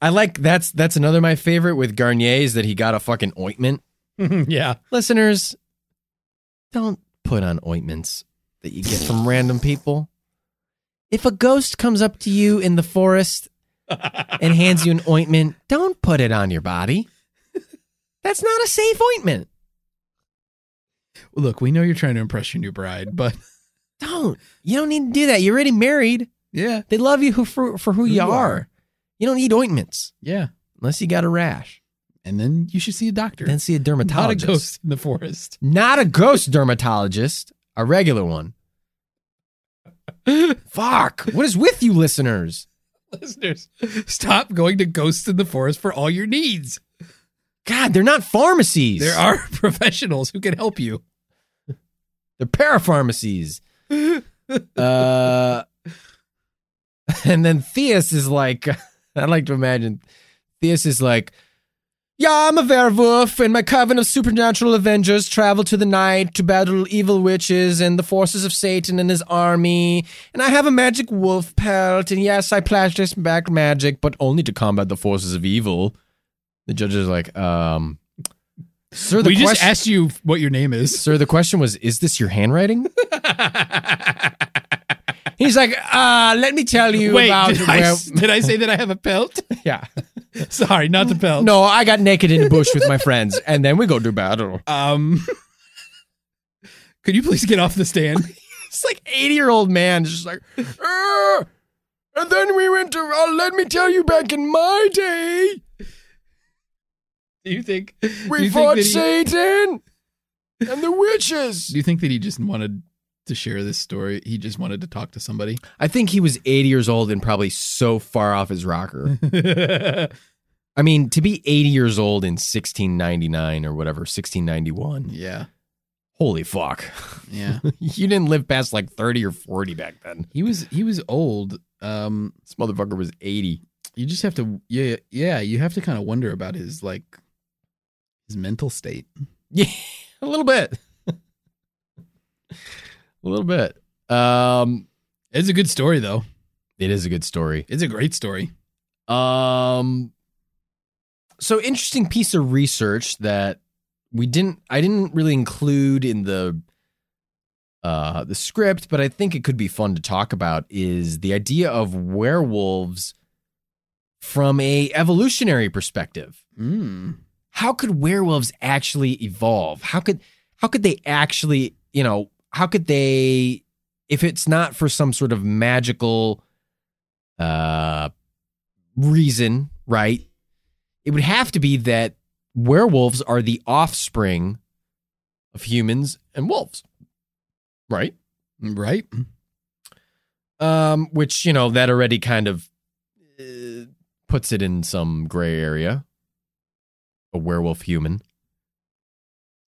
B: I like that's that's another my favorite with Garnier is that he got a fucking ointment.
A: yeah.
B: listeners, don't put on ointments that you get from random people. If a ghost comes up to you in the forest and hands you an ointment, don't put it on your body. That's not a safe ointment.
A: Look, we know you're trying to impress your new bride, but
B: Don't. You don't need to do that. You're already married.
A: yeah,
B: They love you who, for, for who, you,
A: you
B: are.
A: are.
B: You don't need ointments
A: yeah.
B: unless you got a rash.
A: And then you should see a doctor.
B: Then see a
A: not a
B: dermatologist.
A: ghost in the forest.
B: Not a ghost dermatologist, a regular one. Fuck. What is with you listeners?
A: Listeners, stop going to ghosts in the forest for all your needs.
B: God, they're not pharmacies.
A: There are professionals who can help you.
B: They're parapharmacies. uh, and then Theus is like, I like to imagine Theus is like, yeah, I'm a werewolf, and my coven of supernatural avengers travel to the night to battle evil witches and the forces of Satan and his army. And I have a magic wolf pelt, and yes, I practice back magic, but only to combat the forces of evil. The judge is like, um, sir, the
A: we just
B: question-
A: asked you what your name is.
B: Sir, the question was, is this your handwriting? He's like, uh, let me tell you
A: Wait,
B: about
A: did I,
B: where-
A: did I say that I have a pelt?
B: yeah.
A: Sorry, not the pelt.
B: No, I got naked in the bush with my friends, and then we go do battle.
A: Um, could you please get off the stand?
B: It's like eighty year old man, just like, "Uh, and then we went to. Uh, let me tell you, back in my day,
A: Do you think do
B: we
A: you
B: fought
A: think that he,
B: Satan and the
A: Do
B: witches.
A: you think that he just wanted to share this story? He just wanted to talk to somebody.
B: I think he was eighty years old and probably so far off his rocker.
A: yeah,
B: I mean, to be eighty years old in sixteen ninety nine or whatever, sixteen ninety one. Holy fuck.
A: yeah.
B: you didn't live past like 30 or 40 back then.
A: He was he was old. Um,
B: This motherfucker was 80.
A: you just have to yeah yeah you have to kind of wonder about his like his mental state
B: Yeah, a little bit. a little bit. Um,
A: it's a good story though
B: it is a good story.
A: it's a great story
B: Um, so interesting piece of research that we didn't. I didn't really include in the uh the script, but I think it could be fun to talk about is the idea of werewolves from a evolutionary perspective.
A: mm.
B: how could werewolves actually evolve? How could how could they actually, you know, how could they if it's not for some sort of magical uh reason, right? It would have to be that werewolves are the offspring of humans and wolves. Right?
A: right
B: Um which, you know, that already kind of uh, puts it in some gray area. A werewolf human,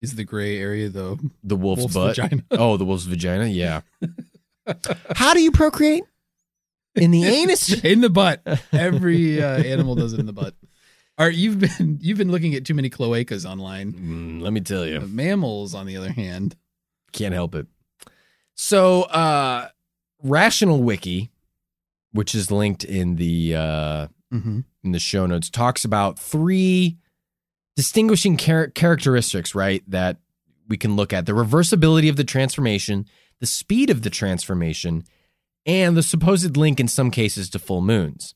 A: is the gray area though
B: the
A: Wolf's
B: wolf's, butt.
A: vagina
B: Oh, the wolf's vagina. Yeah. How do you procreate? In the anus?
A: in the butt every uh, animal does it in the butt all right you've been you've been looking at too many cloacas online Uh,
B: Mm, let me tell you,
A: mammals on the other hand
B: can't help it. So, uh, Rational Wiki, which is linked in the uh,
A: mm-hmm.
B: in the show notes, talks about three distinguishing char- characteristics, right? That we can look at the reversibility of the transformation, the speed of the transformation, and the supposed link in some cases to full moons.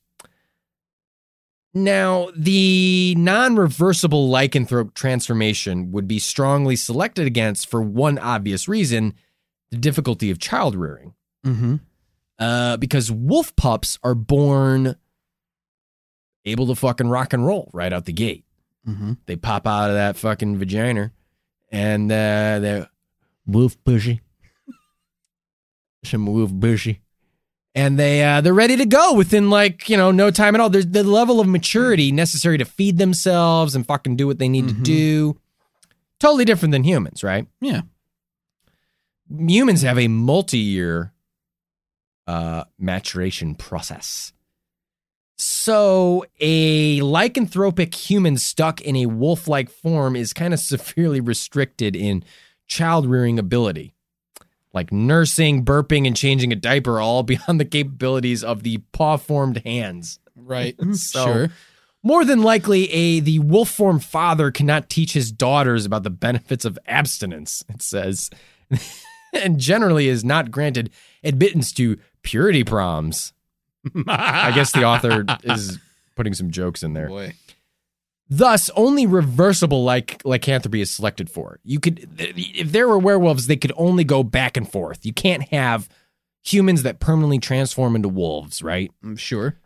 B: Now, the non reversible lycanthrope transformation would be strongly selected against for one obvious reason the difficulty of child rearing
A: Mm-hmm.
B: uh, because wolf pups are born able to fucking rock and roll right out the gate.
A: Mm-hmm.
B: They pop out of that fucking vagina and uh, they're wolf bushy, some wolf bushy, and they uh, they're ready to go within like you know no time at all. There's the level of maturity necessary to feed themselves and fucking do what they need
A: Mhm.
B: to do. Totally different than humans, right?
A: yeah
B: humans have a multi-year uh, maturation process. So a lycanthropic human stuck in a wolf-like form is kind of severely restricted in child-rearing ability. Like nursing, burping, and changing a diaper are all beyond the capabilities of the paw-formed hands.
A: right
B: So-
A: sure
B: More than likely, a the wolf form father cannot teach his daughters about the benefits of abstinence, it says, and generally is not granted admittance to purity proms. I guess the author is putting some jokes in there.
A: boy
B: Thus, only reversible like lycanthropy is selected for. You could, th- if there were werewolves, they could only go back and forth. You can't have humans that permanently transform into wolves, right?
A: i'm Mm, sure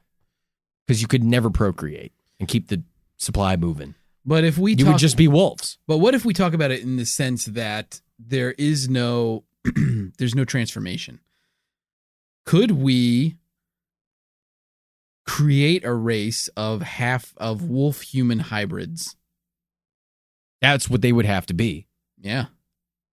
B: Because you could never procreate and keep the supply moving.
A: but if we
B: you
A: talk
B: would just be wolves.
A: But what if we talk about it in the sense that there is no there's no transformation? Could we create a race of half of wolf human hybrids?
B: That's what they would have to be.
A: Yeah.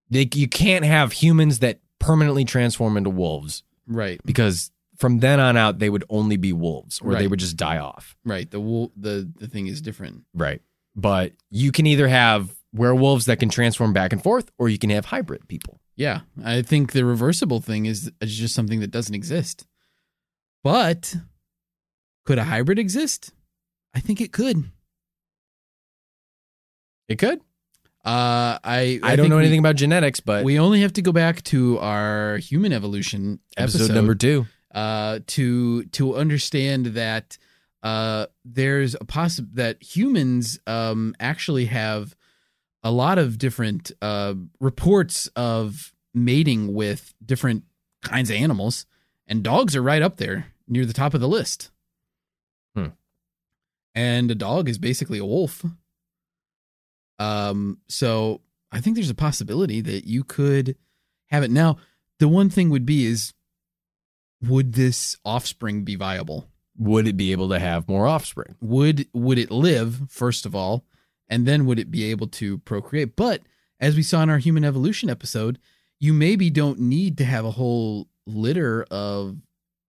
B: They, you can't have humans that permanently transform into wolves
A: Right.
B: because from then on out they would only be wolves or they
A: Right.
B: would just die off.
A: Right. The wool the the thing is different.
B: Right. But you can either have werewolves that can transform back and forth or you can have hybrid people.
A: Yeah. I think the reversible thing is, is just something that doesn't exist. But could a hybrid exist? I think it could.
B: It could.
A: Uh I
B: I, don't
A: think
B: know
A: we-
B: anything about genetics, but
A: we only have to go back to our human evolution
B: episode,
A: episode,
B: number 2.
A: uh, to to understand that uh, there's a possi that humans um, actually have a lot of different uh, reports of mating with different kinds of animals, and dogs are right up there near the top of the list.
B: Hmm.
A: And a dog is basically a wolf. Um, so I think there's a possibility that you could have it. Now, the one thing would be is would this offspring be viable?
B: Would it be able to have more offspring?
A: Would would it live first of all, and then would it be able to procreate? But as we saw in our human evolution episode, you maybe don't need to have a whole litter of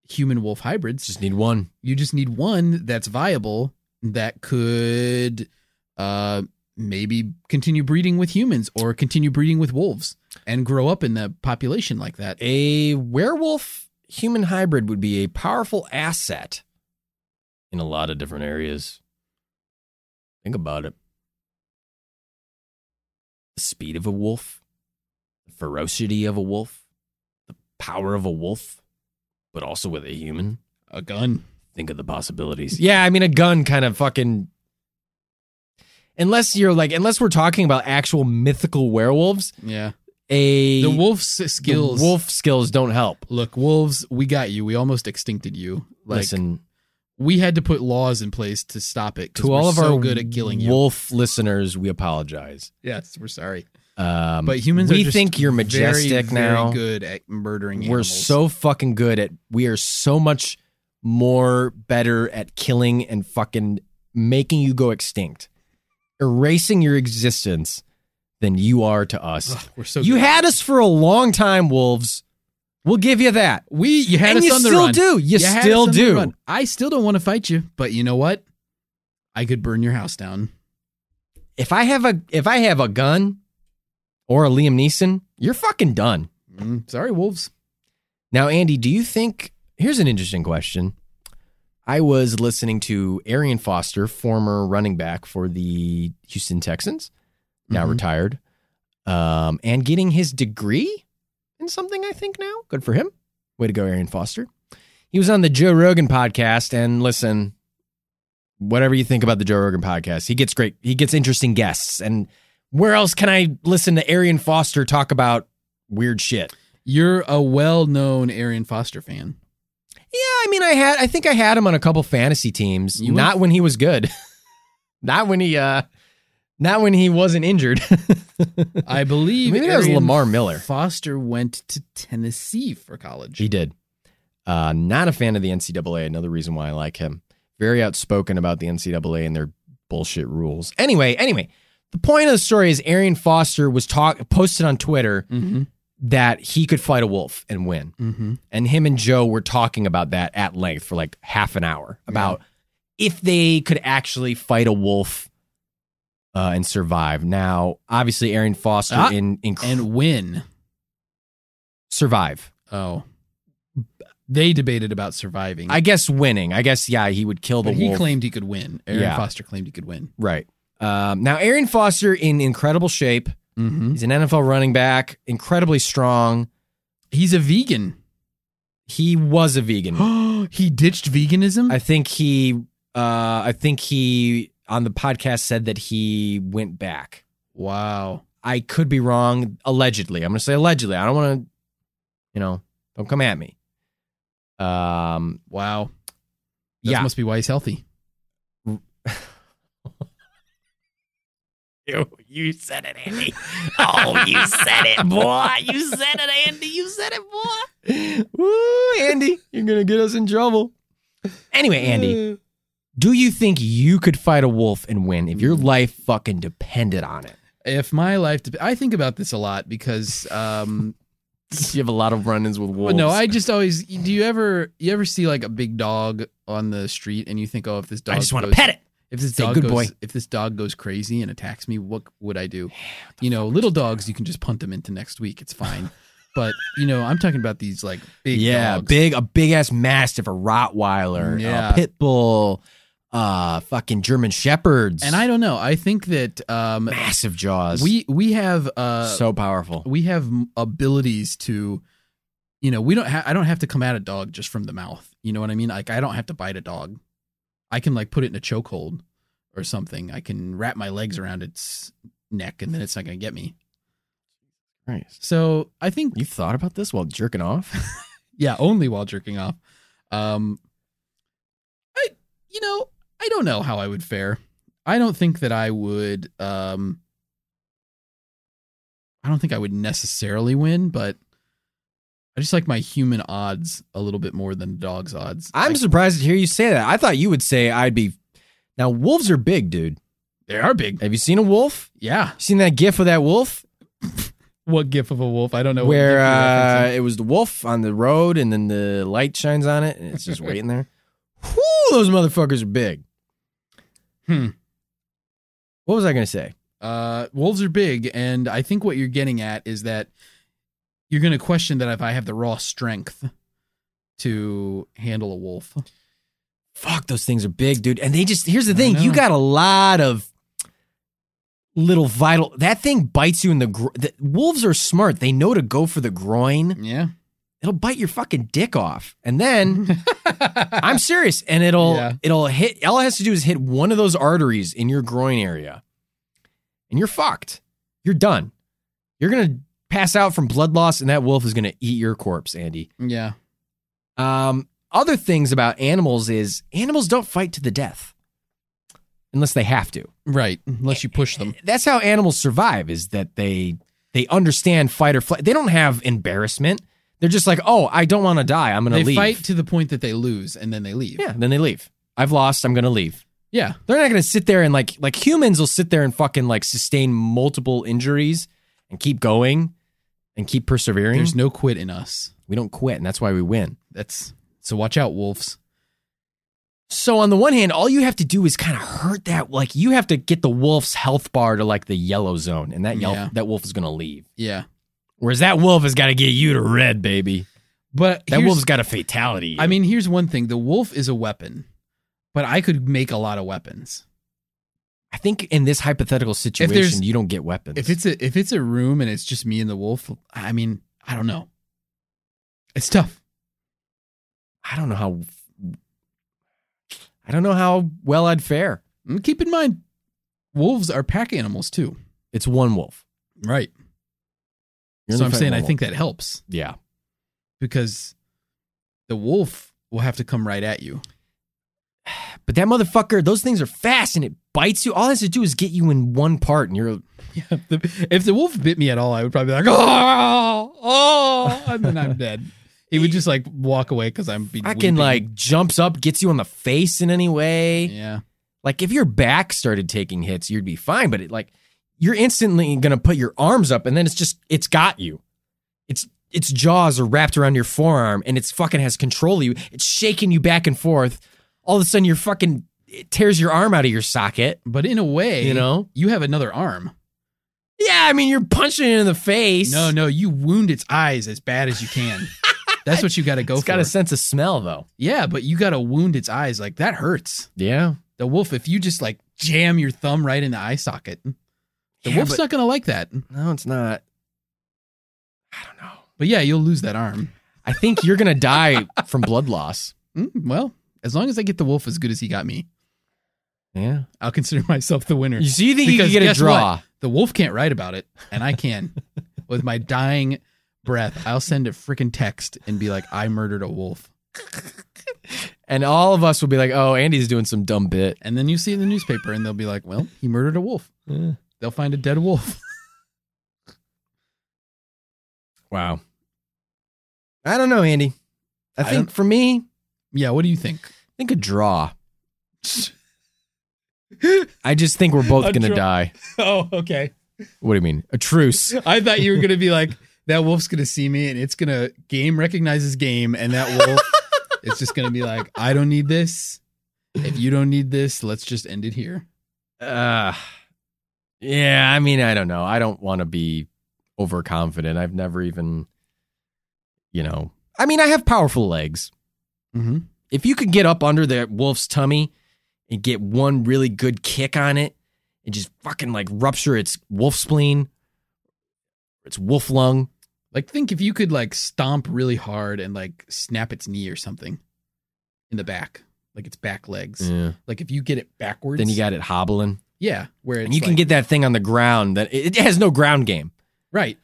A: human wolf hybrids.
B: Just need one.
A: You just need one that's viable that could uh, maybe continue breeding with humans or continue breeding with wolves and grow up in the population like that.
B: A werewolf human hybrid would be a powerful asset in a lot of different areas. Think about it. The speed of a wolf, the ferocity of a wolf, the power of a wolf, but also with a human.
A: A gun.
B: Think of the possibilities. Yeah, I mean, a gun kind of fucking. Unless you're like, unless we're talking about actual mythical werewolves,
A: Yeah.
B: a
A: The wolf's
B: the
A: skills.
B: wolf skills don't help.
A: Look, wolves, we got you. We almost extincted you. Like,
B: Listen,
A: we had to put laws in place to stop it. 'cause
B: to
A: we're
B: all of
A: so
B: our
A: good at killing you.
B: wolf listeners, we apologize.
A: Yes, we're sorry.
B: Um,
A: But humans,
B: we
A: are just
B: think you're
A: very,
B: majestic
A: very
B: now.
A: Good at murdering.
B: We're
A: animals.
B: so fucking good at. We are so much more better at killing and fucking making you go extinct, erasing your existence than you are to us.
A: Ugh, we're so
B: you
A: good.
B: had us for a long time, wolves. We'll give you that.
A: we you had
B: and
A: us
B: you
A: on the
B: still
A: run.
B: do. You,
A: had us
B: still
A: on the
B: do.
A: run. I still don't want to fight you, but you know what? I could burn your house down.
B: If I have a if I have a gun or a Liam Neeson, you're fucking done.
A: Mm, sorry, wolves.
B: Now, Andy, do you think? Here's an interesting question. I was listening to Arian Foster, former running back for the Houston Texans, now
A: Mhm.
B: retired, um, and getting his degree in something, I think, now. Good for him. Way to go, Arian Foster. He was on the Joe Rogan podcast, and listen, whatever you think about the Joe Rogan podcast, he gets great, he gets interesting guests. And where else can I listen to Arian Foster talk about weird shit?
A: You're a well-known Arian Foster fan.
B: Yeah, I mean, I had, I think I had him on a couple fantasy teams.
A: You
B: not when he was good, not when he, uh, not when he wasn't injured.
A: I believe.
B: Maybe that was
A: Arian
B: Lamar Miller.
A: Foster went to Tennessee for college.
B: he did. Uh, not a fan of the NCAA. Another reason why I like him. Very outspoken about the NCAA and their bullshit rules. Anyway, anyway, the point of the story is Arian Foster was talk posted on Twitter
A: Mm-hmm.
B: that he could fight a wolf and win.
A: Mm-hmm.
B: and him and Joe were talking about that at length for like half an hour about if they could actually fight a wolf uh, and survive. Now, obviously, Aaron Foster
A: Ah,
B: in, in
A: And when?
B: survive.
A: Oh, they debated about surviving.
B: I guess winning. I guess yeah, he would kill the
A: but he
B: wolf.
A: claimed he could win. Aaron
B: Yeah.
A: Foster claimed he could win.
B: right. Um, now, Aaron Foster in incredible shape.
A: Mm-hmm.
B: He's an NFL running back, incredibly strong.
A: He's a vegan.
B: He was a vegan.
A: he ditched veganism.
B: I think he. Uh, I think he on the podcast said that he went back.
A: wow.
B: I could be wrong. Allegedly, I'm going to say allegedly. I don't want to, you know, don't come at me. Um,
A: Wow. That
B: yeah,
A: must be why he's healthy.
E: You, you said it, Andy. Oh, you said it, boy. You said it, Andy. You said it, boy.
B: Woo, Andy, you're going to get us in trouble. Anyway, Andy, do you think you could fight a wolf and win if your
E: Mm.
B: life fucking depended on it?
A: If my life, dep- I think about this a lot because, um,
B: You have a lot of run-ins with
A: well,
B: wolves.
A: no, I just always. Do you ever, you ever see like a big dog on the street and you think, oh, if this dog,
E: I just want to
A: goes-
E: pet it.
A: If this
B: Say,
A: dog
B: "Good
A: goes,
B: boy."
A: if this dog goes crazy and attacks me, what would I do? You know, little dogs, you can just punt them into next week. It's fine. but you know, I'm talking about these like big,
B: yeah,
A: dogs.
B: big a big ass mastiff, a Rottweiler,
A: Yeah.
B: a pit bull, uh, fucking German shepherds,
A: And I don't know. I think that um,
B: massive jaws.
A: we we have uh,
B: so powerful.
A: we have m- abilities to, you know, we don't. Ha- I don't have to come at a dog just from the mouth. You know what I mean? Like I don't have to bite a dog. I can like put it in a chokehold or something. I can wrap my legs around its neck, and then it's not going to get me. So I think
B: You thought about this while jerking off?
A: Yeah, only while jerking off. Um I you know, I don't know how I would fare. I don't think that I would um I don't think I would necessarily win, but I just like my human odds a little bit more than dog's odds.
B: I'm
A: Like,
B: surprised to hear you say that. I thought you would say I'd be. Now wolves are big, dude.
A: they are big.
B: Have you seen a wolf?
A: Yeah.
B: Seen that gif of that wolf?
A: What gif of a wolf? I don't know.
B: where uh,
A: what
B: it was the wolf on the road, and then the light shines on it, and it's just waiting there. Whoo, those motherfuckers are big.
A: Hmm.
B: What was I gonna say?
A: uh, uh, wolves are big, and I think what you're getting at is that you're going to question that if I have the raw strength to handle a wolf.
B: Fuck, those things are big, dude. And they just here's the
A: I
B: thing: you
A: know.
B: got a lot of little vital. That thing bites you in the. Gro- the wolves are smart; they know to go for the groin.
A: Yeah.
B: It'll bite your fucking dick off, and then I'm serious, and it'll
A: Yeah.
B: it'll hit. All it has to do is hit one of those arteries in your groin area, and you're fucked. You're done. You're gonna pass out from blood loss, and that wolf is gonna eat your corpse, Andy.
A: yeah.
B: Um, other things about animals is animals don't fight to the death unless they have to.
A: Right. Unless you push them.
B: That's how animals survive. Is that they they understand fight or flight. They don't have embarrassment. They're just like, oh, I don't want to die. I'm gonna
A: They
B: leave.
A: fight to the point that they lose and then they leave.
B: Yeah, then they leave. I've lost. I'm gonna leave.
A: Yeah.
B: They're not going to sit there and like like humans will sit there and fucking like sustain multiple injuries and keep going and keep persevering.
A: There's no quit in us.
B: we don't quit, and that's why we win.
A: That's so watch out, wolves.
B: So on the one hand, all you have to do is kind of hurt that like you have to get the wolf's health bar to like the yellow zone, and that yelp,
A: Yeah.
B: that wolf is going to leave.
A: Yeah.
B: Whereas that wolf has got to get you to red, baby.
A: But
B: That
A: here's-
B: wolf's got a fatality.
A: I mean, here's one thing: the wolf is a weapon, but I could make a lot of weapons.
B: I think in this hypothetical situation, you don't get weapons.
A: If it's a if it's a room and it's just me and the wolf, I mean, I don't know. It's tough.
B: I don't know how, I don't know how well I'd fare.
A: And Mm, Keep in mind, wolves are pack animals too.
B: It's one wolf.
A: Right.
B: You're
A: so
B: only
A: I'm
B: fighting
A: saying
B: one
A: I
B: wolf.
A: think that helps
B: Yeah.
A: because the wolf will have to come right at you.
B: But that motherfucker, those things are fast and it bites you. All it has to do is get you in one part and you're
A: if, the, if the wolf bit me at all, I would probably be like, oh, oh, and then I'm dead. He would just like walk away because I'm be
B: fucking
A: weeping.
B: like jumps up, gets you on the face in any way.
A: yeah,
B: Like if your back started taking hits, you'd be fine, but it like you're instantly going to put your arms up and then it's just it's got you. It's its jaws are wrapped around your forearm and it's fucking has control of you. It's shaking you back and forth. All of a sudden you're fucking it tears your arm out of your socket,
A: but in a way,
B: you know?
A: you have another arm.
B: Yeah, I mean you're punching it in the face.
A: No, no, you wound its eyes as bad as you can. That's what you got to go
B: It's
A: for.
B: got a sense of smell though.
A: yeah, but you got to wound its eyes like that hurts.
B: Yeah.
A: The wolf, if you just like jam your thumb right in the eye socket, the
B: Yeah,
A: wolf's
B: but-
A: not gonna like that.
B: No, it's not. I don't know.
A: But yeah, you'll lose that arm.
B: I think you're gonna die from blood loss.
A: Mm, well, as long as I get the wolf as good as he got me,
B: Yeah.
A: I'll consider myself the winner.
B: You so you think
A: Because
B: you could get a
A: guess
B: draw?
A: The wolf can't write about it, and I can. With my dying breath, I'll send a freaking text and be like, I murdered a wolf.
B: And all of us will be like, "Oh, Andy's doing some dumb bit."
A: And then you see it in the newspaper, and they'll be like, Well, he murdered a wolf.
B: Yeah.
A: They'll find a dead wolf.
B: Wow. I don't know, Andy. I,
A: I
B: think for me, I
A: yeah, what do you think?
B: think a draw. I just think we're both
A: A
B: gonna
A: draw.
B: die.
A: Oh, okay.
B: What do you mean? A truce?
A: I thought you were going to be like, That wolf's going to see me, and it's going to game recognizes game, and that wolf is just going to be like, I don't need this. If you don't need this, let's just end it here.
B: Uh, yeah, I mean, I don't know. I don't want to be overconfident. I've never even, you know, I mean, I have powerful legs.
A: Mm-hmm.
B: If you could get up under that wolf's tummy and get one really good kick on it and just fucking like rupture its wolf spleen, its wolf lung,
A: Like think if you could like stomp really hard and like snap its knee or something in the back, like its back legs. Like if you get it backwards,
B: then you got it hobbling.
A: yeah, where it's
B: And you can
A: like-
B: get that thing on the ground that it it has no ground game.
A: right.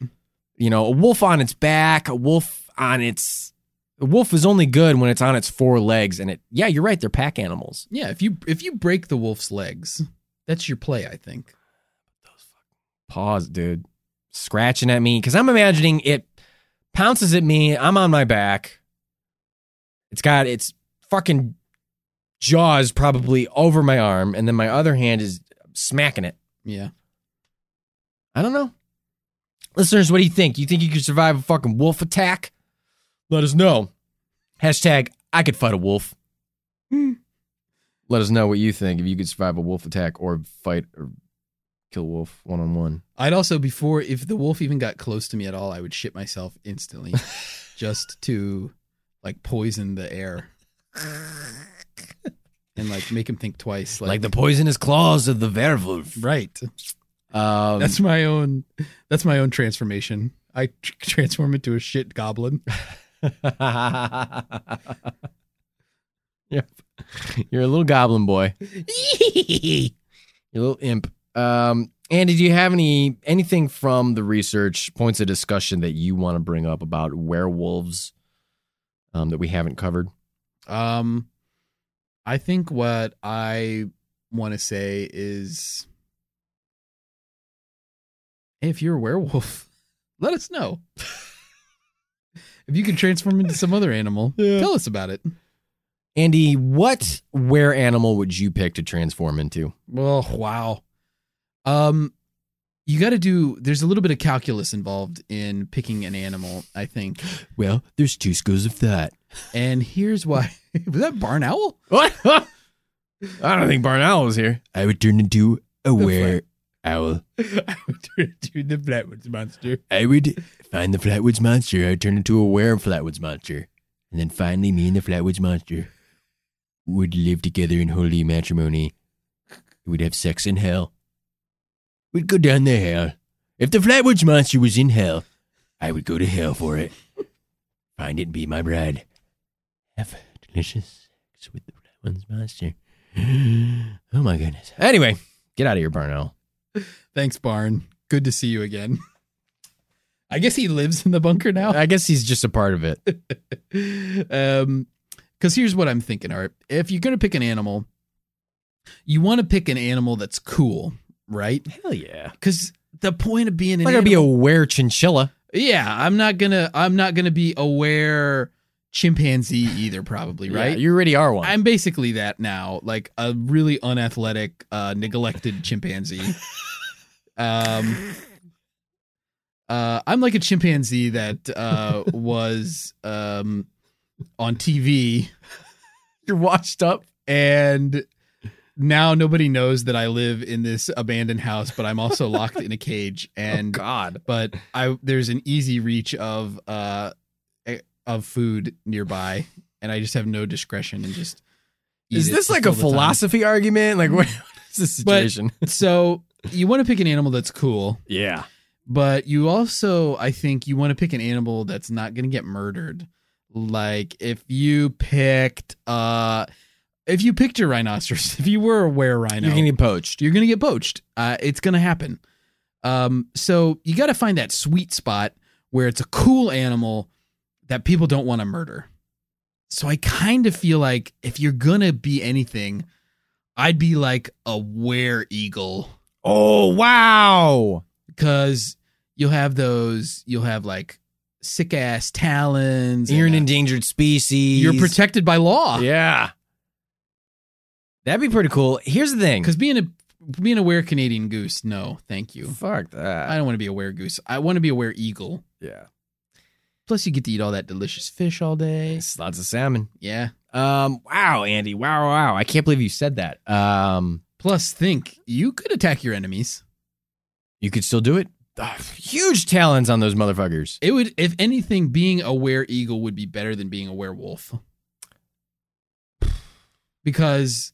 B: you know, a wolf on its back, a wolf on its a wolf is only good when it's on its four legs and it yeah, you're right, they're pack animals.
A: Yeah, if you if you break the wolf's legs, that's your play, I think.
B: Pause, dude. Scratching at me cuz I'm imagining it pounces at me, I'm on my back. It's got its fucking jaws probably over my arm and then my other hand is smacking it.
A: Yeah.
B: I don't know. Listeners, what do you think? You think you could survive a fucking wolf attack? Let us know. Hashtag I could fight a wolf. Let us know what you think if you could survive a wolf attack or fight or kill a wolf one on one.
A: I'd also before if the wolf even got close to me at all, I would shit myself instantly, just to like poison the air and like make him think twice. Like,
B: Like the poisonous claws of the werewolf.
A: right.
B: Um,
A: That's my own. That's my own transformation. I tr- transform into a shit goblin.
B: yep. You're a little goblin boy. You're a little imp. Um, Andy, do you have any anything from the research points of discussion that you want to bring up about werewolves um, that we haven't covered?
A: Um, I think what I want to say is, hey, if you're a werewolf, let us know. if you can transform into some other animal, tell us about it.
B: Andy, what were animal would you pick to transform into?
A: Well, wow. Um, you got to do. There's a little bit of calculus involved in picking an animal, I think.
B: Well, there's two schools of thought.
A: And here's why. Was that barn owl?
B: What? I don't think Barn Owl is here. I would turn into a were owl.
A: I would turn into the Flatwoods monster.
B: I would find the Flatwoods Monster. I would turn into a were Flatwoods Monster. And then finally, me and the Flatwoods Monster would live together in holy matrimony. We'd have sex in hell. We'd go down to hell. If the Flatwoods Monster was in hell, I would go to hell for it. Find it and be my bride. Have delicious sex with the Flatwoods Monster. Oh my goodness. Anyway, get out of here, Barnell.
A: Thanks, Barn. Good to see you again. I guess he lives in the bunker now.
B: I guess he's just a part of it.
A: um, because here's what I'm thinking, Art. If you're gonna pick an animal, you want to pick an animal that's cool, right?
B: Hell yeah.
A: Because the point of being an
B: I'm not going to be a were chinchilla.
A: yeah, I'm not gonna, I'm not gonna be aware chimpanzee either, probably, right?
B: Yeah, you already are one.
A: I'm basically that now, like a really unathletic, uh, neglected chimpanzee. Um, uh, I'm like a chimpanzee that uh, was um, on TV,
B: You're washed up.
A: and now nobody knows that I live in this abandoned house, but I'm also locked in a cage.
B: Oh,
A: And
B: God.
A: but I there's an easy reach of uh eh, of food nearby, and I just have no discretion and just. eat
B: Is
A: it
B: this
A: to
B: like
A: fill
B: a
A: the time.
B: philosophy argument? Like, what is the situation?
A: so you want to pick an animal that's cool,
B: yeah.
A: but you also, I think, you want to pick an animal that's not going to get murdered. Like if you picked, uh, if you picked your rhinoceros, if you were a were rhino,
B: You're going to get poached.
A: you're gonna get poached. Uh, it's gonna happen. Um, so you got to find that sweet spot where it's a cool animal that people don't want to murder. So I kind of feel like if you're gonna be anything, I'd be like a were eagle
B: Oh, wow.
A: because you'll have those. You'll have like sick ass talons.
B: You're an
A: and, uh,
B: endangered species.
A: You're protected by law.
B: Yeah. That'd be pretty cool. Here's the thing.
A: Because being a being a were Canadian goose, no, thank you.
B: Fuck that.
A: I don't want to be a were goose. I want to be a were eagle.
B: yeah.
A: Plus, you get to eat all that delicious fish all day.
B: It's lots of salmon.
A: Yeah.
B: Um. Wow, Andy. Wow, wow. I can't believe you said that. Um.
A: Plus, think you could attack your enemies.
B: You could still do it. Ugh, huge talons on those motherfuckers.
A: It would, if anything, being a were eagle would be better than being a werewolf. Because,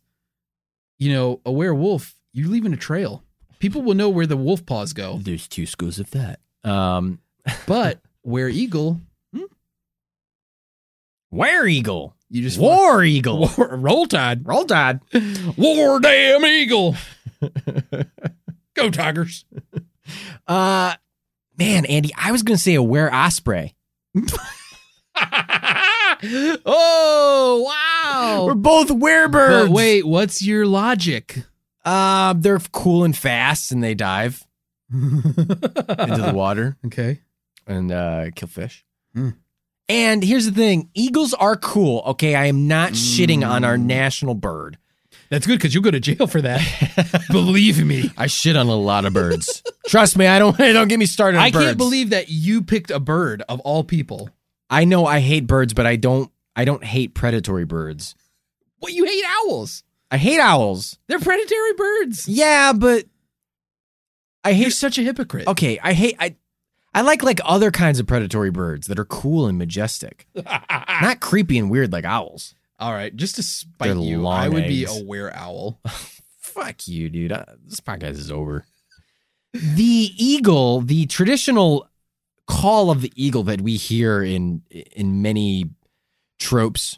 A: you know, a werewolf, you're leaving a trail. People will know where the wolf paws go.
B: There's two schools of that. Um.
A: But were eagle,
B: Were eagle.
A: you just
B: War eagle.
A: roll tide,
B: Roll tide.
A: war damn eagle. go tigers.
B: Uh, man, Andy, I was gonna say a were osprey.
A: oh wow!
B: We're both werebirds.
A: But wait, what's your logic?
B: uh, they're cool and fast, and they dive into the water
A: okay.
B: and uh, kill fish.
A: Hmm.
B: And here's the thing: eagles are cool. Okay, I am not shitting on our
A: Mm.
B: national bird.
A: That's good because you'll go to jail for that. Believe me.
B: I shit on a lot of birds. Trust me, I don't. Don't get me started. On
A: I
B: birds.
A: can't believe that you picked a bird of all people.
B: I know I hate birds, but I don't. I don't hate predatory birds.
A: What you hate owls?
B: I hate owls.
A: They're predatory birds.
B: Yeah, but I
A: You're
B: hate.
A: such a hypocrite.
B: Okay, I hate. I I like like other kinds of predatory birds that are cool and majestic,
A: Ah.
B: not creepy and weird like owls.
A: All right, just to spite
B: They're
A: you,
B: long
A: I would be
B: eggs.
A: a were owl.
B: Fuck you, dude. I, this podcast is over. The eagle, the traditional call of the eagle that we hear in in many tropes.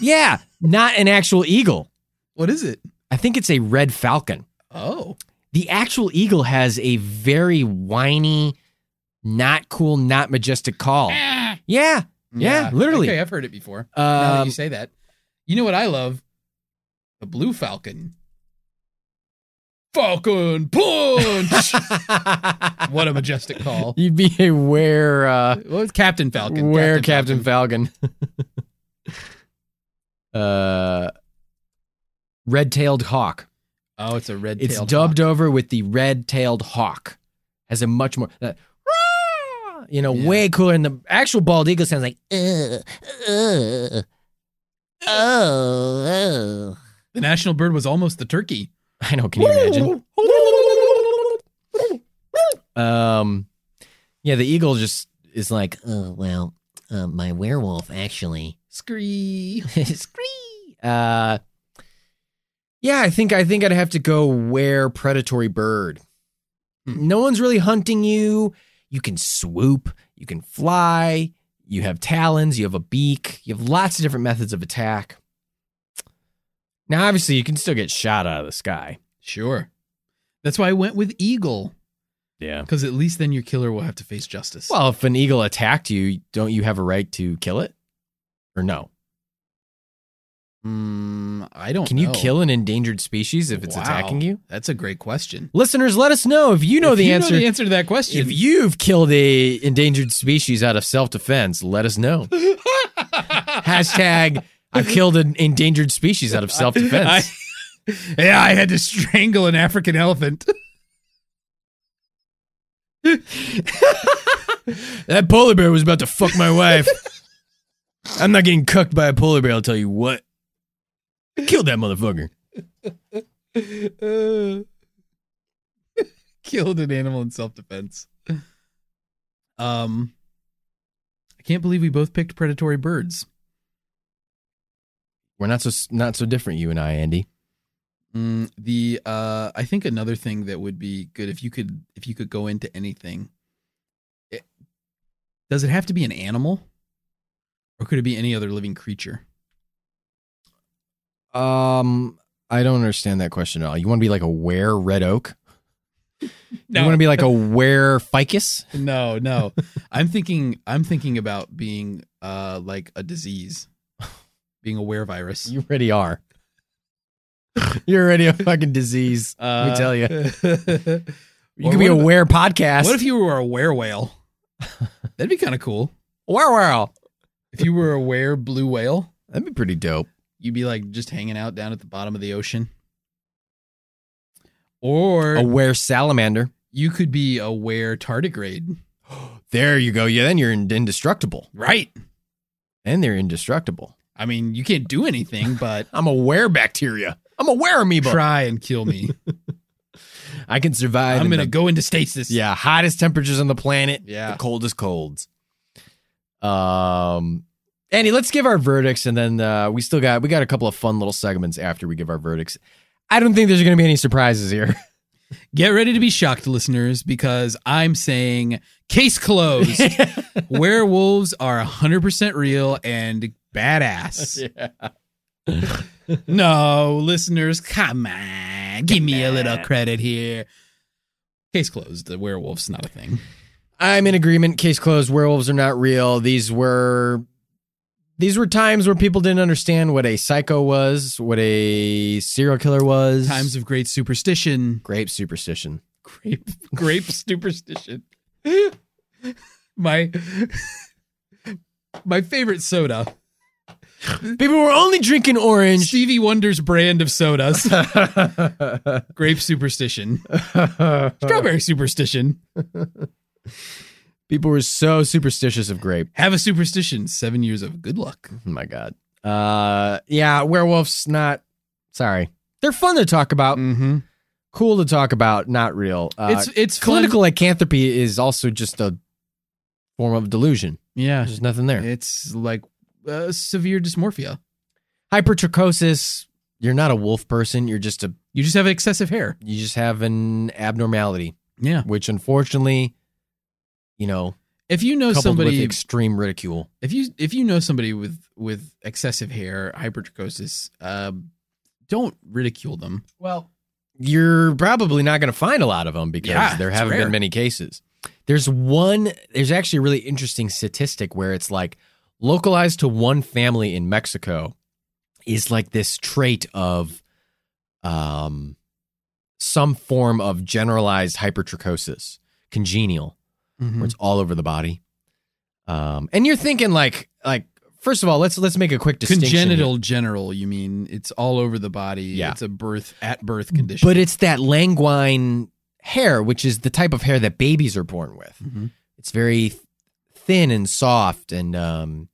B: Yeah, not an actual eagle.
A: Oh! What is it?
B: I think it's a red falcon.
A: Oh,
B: The actual eagle has a very whiny, not cool, not majestic call.
A: Ah.
B: Yeah, Oh. yeah, literally.
A: Okay, I've heard it before. now that
B: Um,
A: you say that, you know what I love? The blue falcon. Falcon punch! what a majestic call.
B: you'd be a where uh,
A: What was Captain Falcon?
B: where Captain, Falcon. uh, red-tailed hawk.
A: Oh, it's a red.
B: It's dubbed over with the red-tailed hawk. Has a much more. that- you know,
A: Yeah.
B: way cooler. And the actual bald eagle sounds like,
C: Uh, uh, oh, oh.
A: The national bird was almost the turkey.
B: I know, can you imagine? Um, yeah, the eagle just is like,
C: Oh, well, uh, my werewolf actually.
A: Scree.
B: Scree. Uh, yeah, I think I think I'd have to go where predatory bird.
A: Hmm.
B: No one's really hunting you. You can swoop. You can fly. You have talons. You have a beak. You have lots of different methods of attack. Now, obviously, you can still get shot out of the sky.
A: Sure. That's why I went with eagle
B: Yeah.
A: because at least then your killer will have to face justice.
B: Well, if an eagle attacked you, don't you have a right to kill it? Or no?
A: Mm, I don't.
B: Can you
A: know.
B: kill an endangered species if it's
A: Wow.
B: attacking you?
A: That's a great question.
B: Listeners, let us know if you know
A: If
B: the
A: you
B: answer.
A: Know the answer to that question.
B: If you've killed a endangered species out of self defense, let us know. Hashtag I've killed an endangered species out of self defense.
A: I- yeah, I had to strangle an African elephant.
B: That polar bear was about to fuck my wife. I'm not getting cucked by a polar bear, I'll tell you what. Killed that motherfucker.
A: Killed an animal in self-defense. Um, I can't believe we both picked predatory birds.
B: We're not so not so different, you and I, Andy.
A: Mm, the uh, I think another thing that would be good if you could if you could go into anything. It, does it have to be an animal, or could it be any other living creature?
B: Um, I don't understand that question at all. You want to be like a were red oak? You want to be like a were ficus?
A: No, no. I'm thinking I'm thinking about being uh like a disease. Being a were virus.
B: You already are. You're already a fucking disease.
A: uh,
B: let me tell you. You
A: Or
B: could be
A: what
B: a
A: if-
B: where podcast.
A: What if you were a were whale? That'd be kind of cool.
B: where where?
A: If you were a were blue whale,
B: That'd be pretty dope.
A: you'd be like just hanging out down at the bottom of the ocean. Or
B: A where salamander.
A: you could be a were tardigrade.
B: There you go. Yeah, then you're in- indestructible.
A: Right.
B: Then they're indestructible.
A: I mean, you can't do anything but
B: I'm a where bacteria. I'm a where amoeba.
A: try and kill me.
B: I can survive.
A: I'm
B: in
A: going to
B: the-
A: go into stasis.
B: Yeah, hottest temperatures on the planet.
A: Yeah.
B: the coldest colds. Um, Andy, let's give our verdicts, and then uh, we still got we got a couple of fun little segments after we give our verdicts. I don't think there's going to be any surprises here.
A: Get ready to be shocked, listeners, because I'm saying case closed. Werewolves are 100% real and badass. No, listeners, come on. Give me a little credit here. Case closed. The werewolf's not a thing.
B: I'm in agreement. Case closed. Werewolves are not real. These were these were times where people didn't understand what a psycho was, what a serial killer was.
A: Times of great superstition.
B: grape superstition.
A: Grape, grape superstition. my my favorite soda
F: People were only drinking orange.
A: Stevie Wonder's brand of sodas. Grape superstition. Strawberry superstition.
B: People were so superstitious of grape.
A: Have a superstition. Seven years of good luck.
B: Oh my god. Uh, yeah, werewolves not. Sorry, they're fun to talk about.
A: Mm-hmm.
B: Cool to talk about. Not real. Oh. Uh,
A: it's it's fun.
B: clinical lycanthropy is also just a form of delusion.
A: Yeah,
B: There's nothing there.
A: it's like uh, severe dysmorphia.
B: Hypertrichosis. You're not a wolf person. You're just a.
A: You just have excessive hair.
B: You just have an abnormality,
A: Yeah.
B: which unfortunately, you know,
A: If you know
B: coupled
A: somebody,
B: with extreme ridicule.
A: if you if you know somebody with with excessive hair, hypertrichosis, uh, don't ridicule them.
B: Well, you're probably not going to find a lot of them because
A: Yeah,
B: there
A: it's
B: haven't
A: rare.
B: been many cases. There's one, there's actually a really interesting statistic where it's like localized to one family in Mexico is like this trait of um, some form of generalized hypertrichosis, congenial, where
A: Hmm.
B: it's all over the body. Um, and you're thinking like, like, first of all, let's, let's make a quick distinction. here.
A: Congenital general, you mean it's all over the body.
B: Yeah.
A: It's a birth at birth condition.
B: But it's that languine hair, which is the type of hair that babies are born with.
A: Mhm.
B: It's very th- thin and soft, and um,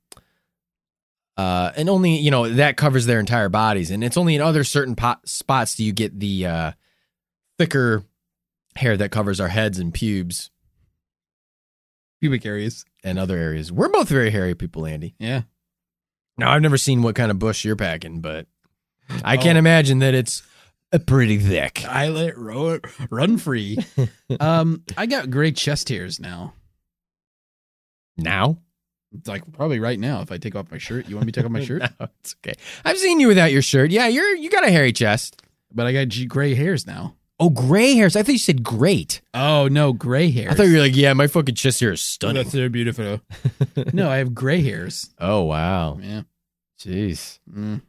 B: uh, and only you know that covers their entire bodies, and it's only in other certain po- spots do you get the uh, thicker hair that covers our heads and pubes
A: pubic areas.
B: and other areas. We're both very hairy people, Andy.
A: Yeah.
B: Now I've never seen what kind of bush you're packing, but I
A: Oh.
B: can't imagine that it's a pretty thick.
A: I let ro- run free. um, I got great chest hairs now.
B: Now.
A: It's like probably right now if I take off my shirt. You want me to take off my shirt?
B: No, it's okay. I've seen you without your shirt. Yeah, you're you got a hairy chest.
A: But I got g- gray hairs now.
B: Oh, gray hairs. I thought you said great.
A: Oh no, gray hairs.
B: I thought you were like, yeah, my fucking chest hair is stunning.
A: they're beautiful. no, I have gray hairs.
B: Oh wow.
A: Yeah.
B: Jeez.
A: Mm.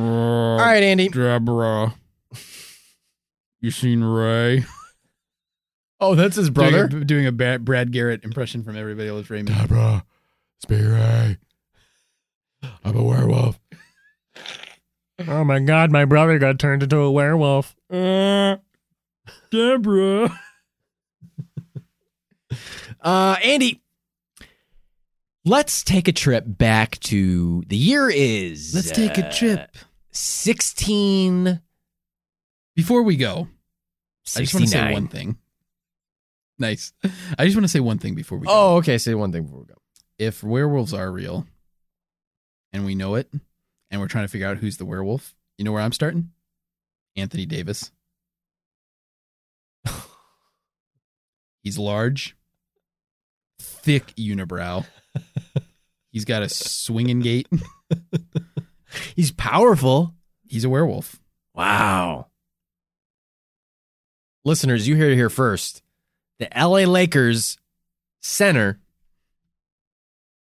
B: All right, Andy.
A: Deborah. You seen Ray?
B: Oh, that's his
A: Doing a, doing a Ba- Brad Garrett impression from Everybody Loves Raymond.
G: Deborah, it's me, Ray. I'm a werewolf.
F: Oh my god, my brother got turned into a werewolf.
A: Uh, Deborah.
B: Uh, Andy. Let's take a trip back to the year is uh,
A: Let's take a trip.
B: Sixteen
A: Before we go, I just want
B: sixty
A: to say one
B: nine.
A: thing. Nice. I just want to say one thing before we go.
B: Oh, okay. Say one thing before we go.
A: If werewolves are real and we know it and we're trying to figure out who's the werewolf, you know where I'm starting? Anthony Davis. He's large, thick unibrow. He's got a swinging gait.
B: He's powerful.
A: He's a werewolf.
B: Wow. Listeners, you hear it here first. The LA Lakers center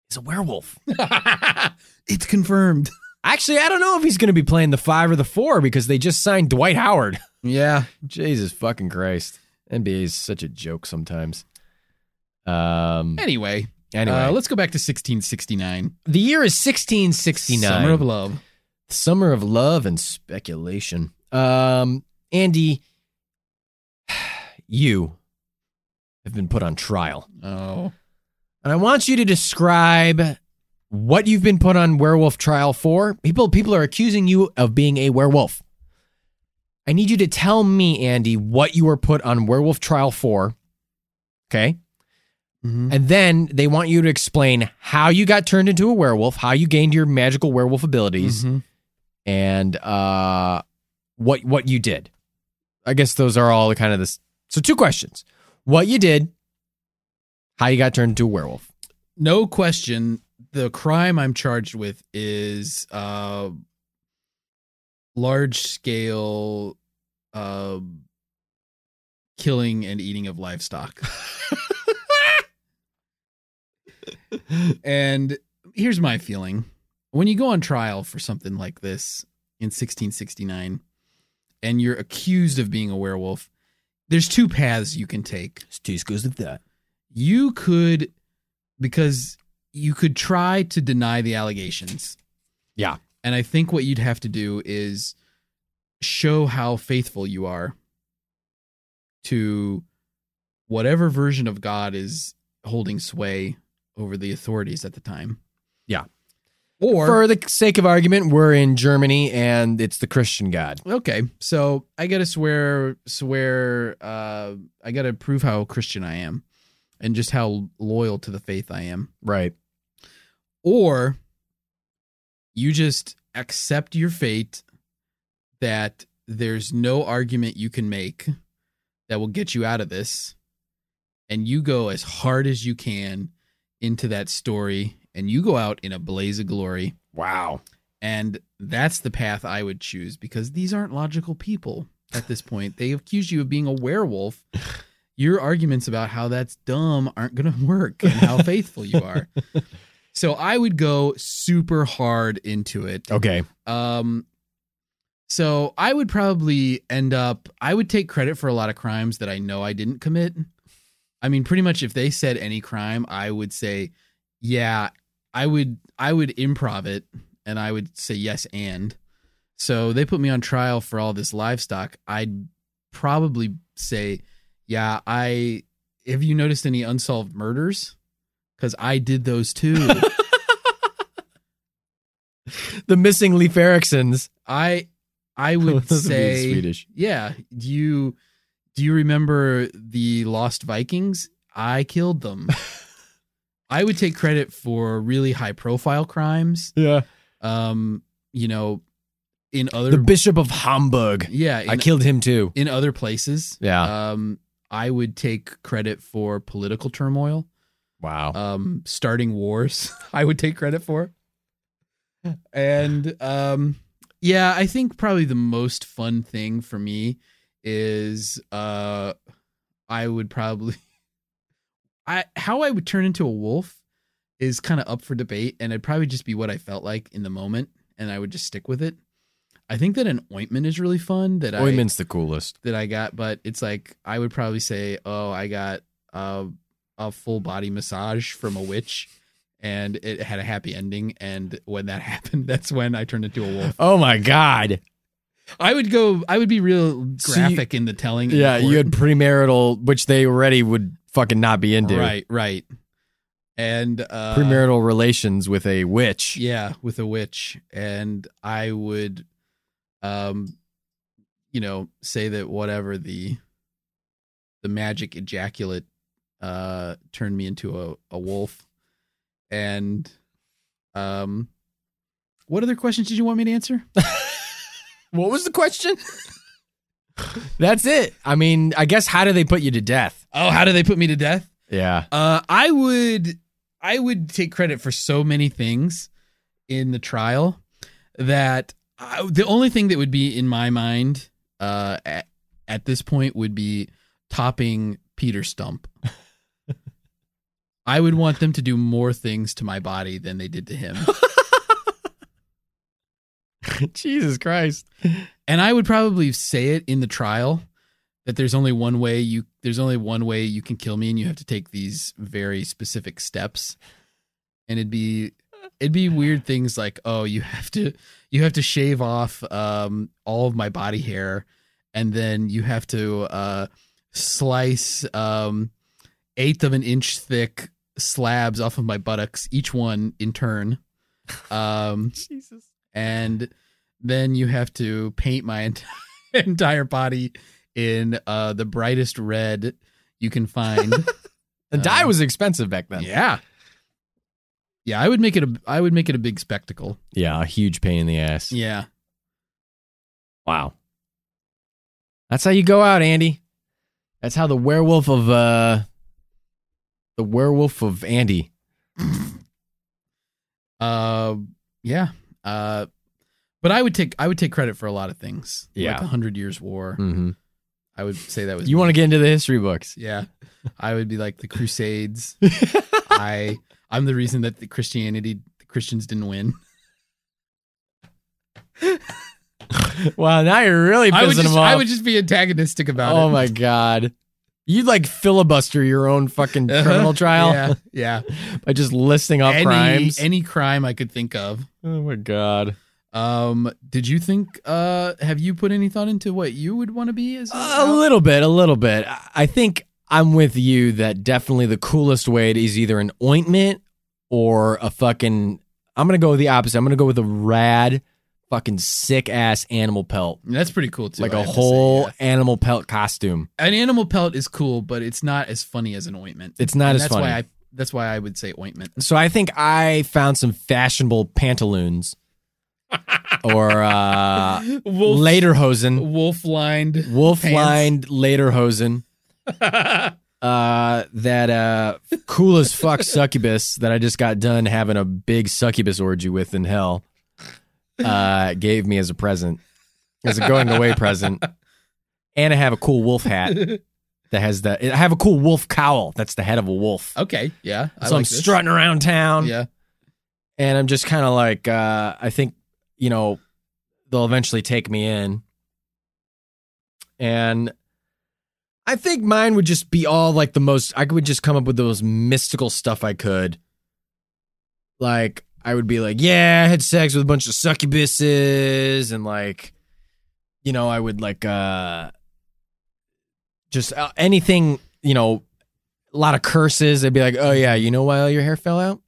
B: is a werewolf.
A: it's confirmed.
B: Actually, I don't know if he's going to be playing the five or the four because they just signed Dwight Howard.
A: Yeah.
B: Jesus fucking Christ. NBA is such a joke sometimes. Um,
A: Anyway,
B: anyway,
A: uh, let's go back to 1669.
B: the year is 1669.
A: Summer of Love.
B: Summer of Love and Speculation. Um, Andy, you have been put on trial.
A: Oh.
B: And I want you to describe what you've been put on werewolf trial for. People people are accusing you of being a werewolf. I need you to tell me, Andy, what you were put on werewolf trial for. Okay? And then they want you to explain how you got turned into a werewolf, how you gained your magical werewolf abilities
A: Mhm.
B: and uh, what what you did. I guess those are all kind of this. So two questions: what you did, how you got turned into a werewolf.
A: No question. The crime I'm charged with is uh, large scale uh, killing and eating of livestock. and here's my feeling when you go on trial for something like this in 1669 and you're accused of being a werewolf, there's two paths you can take.
B: It's two schools of thought.
A: you could because you could try to deny the allegations.
H: Yeah.
A: And I think what you'd have to do is show how faithful you are to whatever version of God is holding sway over the authorities at the time.
H: Yeah.
A: Or
H: For the sake of argument, we're in Germany and it's the Christian God.
A: okay, so I gotta swear, swear, uh, I gotta prove how Christian I am, and just how loyal to the faith I am.
H: Right.
A: or you just accept your fate that there's no argument you can make that will get you out of this and you go as hard as you can into that story and you go out in a blaze of glory
H: Wow.
A: and that's the path i would choose because these aren't logical people at this point they accuse you of being a werewolf your arguments about how that's dumb aren't going to work and how faithful you are so i would go super hard into it
H: Okay.
A: um, so I would probably end up. I would take credit for a lot of crimes that I know I didn't commit. I mean, pretty much if they said any crime, I would say, yeah, I would. I would improv it, and I would say yes and. So they put me on trial for all this livestock. I'd probably say, yeah, I. Have you noticed any unsolved murders? Because I did those too.
H: The missing Leif Eriksons.
A: I. I would
H: Those would be
A: say
H: Swedish.
A: Yeah. Do you do you remember the Lost Vikings? I killed them. I would take credit for really high profile crimes.
H: Yeah.
A: Um, you know, in other
H: The Bishop of Hamburg.
A: yeah, in,
H: I killed him too.
A: in other places.
H: Yeah.
A: Um, I would take credit for political turmoil,
H: Wow.
A: um, starting wars. I would take credit for. And um, yeah, I think probably the most fun thing for me is uh I would probably I how I would turn into a wolf is kind of up for debate and it'd probably just be what I felt like in the moment and I would just stick with it. I think that an ointment is really fun that I
H: Ointment's the coolest.
A: that I got, but it's like I would probably say, "Oh, I got a a full body massage from a witch." And it had a happy ending, and when that happened, that's when I turned into a wolf.
H: Oh my God.
A: I would go. I would be real
H: So you-
A: graphic in the telling. in
H: Yeah,
A: court.
H: you had premarital, which they already would fucking not be into.
A: right, right, and uh,
H: Premarital relations with a witch.
A: yeah, with a witch, and I would, um, you know, say that whatever the the magic ejaculate uh turned me into a a wolf, and um, what other questions did you want me to answer?
H: What was the question? That's it. I mean, I guess how do they put you to death?
A: oh, how do they put me to death?
H: Yeah.
A: Uh, I would I would take credit for so many things in the trial that I, the only thing that would be in my mind uh, at, at this point would be topping Peter Stump. I would want them to do more things to my body than they did to him.
H: Jesus Christ.
A: and I would probably say it in the trial that there's only one way you there's only one way you can kill me, and you have to take these very specific steps. And it'd be it'd be weird things like oh you have to you have to shave off um, all of my body hair, and then you have to uh, slice um, eighth of an inch thick slabs off of my buttocks, each one in turn. Um,
H: Jesus.
A: and then you have to paint my ent- entire body in uh, the brightest red you can find.
H: And dye was expensive back then.
A: yeah, yeah. I would make it a I would make it a big spectacle.
H: Yeah, a huge pain in the ass.
A: Yeah,
H: Wow. That's how you go out, Andy. That's how the werewolf of uh the werewolf of Andy.
A: uh, yeah. Uh, but I would take I would take credit for a lot of things.
H: Yeah.
A: like the Hundred Years War.
H: Mhm.
A: I would say that was
H: You want to get into the history books.
A: Yeah, I would be like the Crusades. I I'm the reason that the Christianity the Christians didn't win.
H: Wow, now you're really pissing
A: I would just
H: him off.
A: I would just be antagonistic about it.
H: oh my god.
B: Oh You'd like filibuster your own fucking criminal trial
A: Uh-huh. Yeah, yeah.
B: by just listing off
A: any,
B: crimes.
A: any crime I could think of.
B: oh my god.
A: Um, did you think? Uh, have you put any thought into what you would want to be as?
B: A little bit, a little bit. I- I think I'm with you that definitely the coolest way is either an ointment or a fucking. I'm gonna go with the opposite. I'm gonna go with a rad, fucking sick ass animal pelt,
A: That's pretty cool too.
B: like
A: I
B: a
A: have to say,
B: whole
A: yeah.
B: animal pelt costume.
A: An animal pelt is cool, but it's not as funny as an ointment.
B: It's not
A: And
B: as
A: that's
B: funny.
A: Why I, that's why I would say ointment.
B: So I think I found some fashionable pantaloons or uh,
A: Wolf,
B: lederhosen,
A: wolf lined.
B: wolf lined lederhosen. Uh, that uh, cool as fuck succubus that I just got done having a big succubus orgy with in hell uh, gave me as a present, as a going away present. And I have a cool wolf hat that has the, I have a cool wolf cowl that's the head of a wolf.
A: Okay, yeah. I
B: so I'm
A: like this.
B: strutting around town
A: Yeah,
B: and I'm just kind of like, uh, I think, you know, they'll eventually take me in. And I think mine would just be all like the most, I would just come up with the most mystical stuff I could. Like, I would be like, yeah, I had sex with a bunch of succubuses and like, you know, I would like, uh, just uh, anything, you know, a lot of curses. They'd be like, oh yeah, you know why all your hair fell out?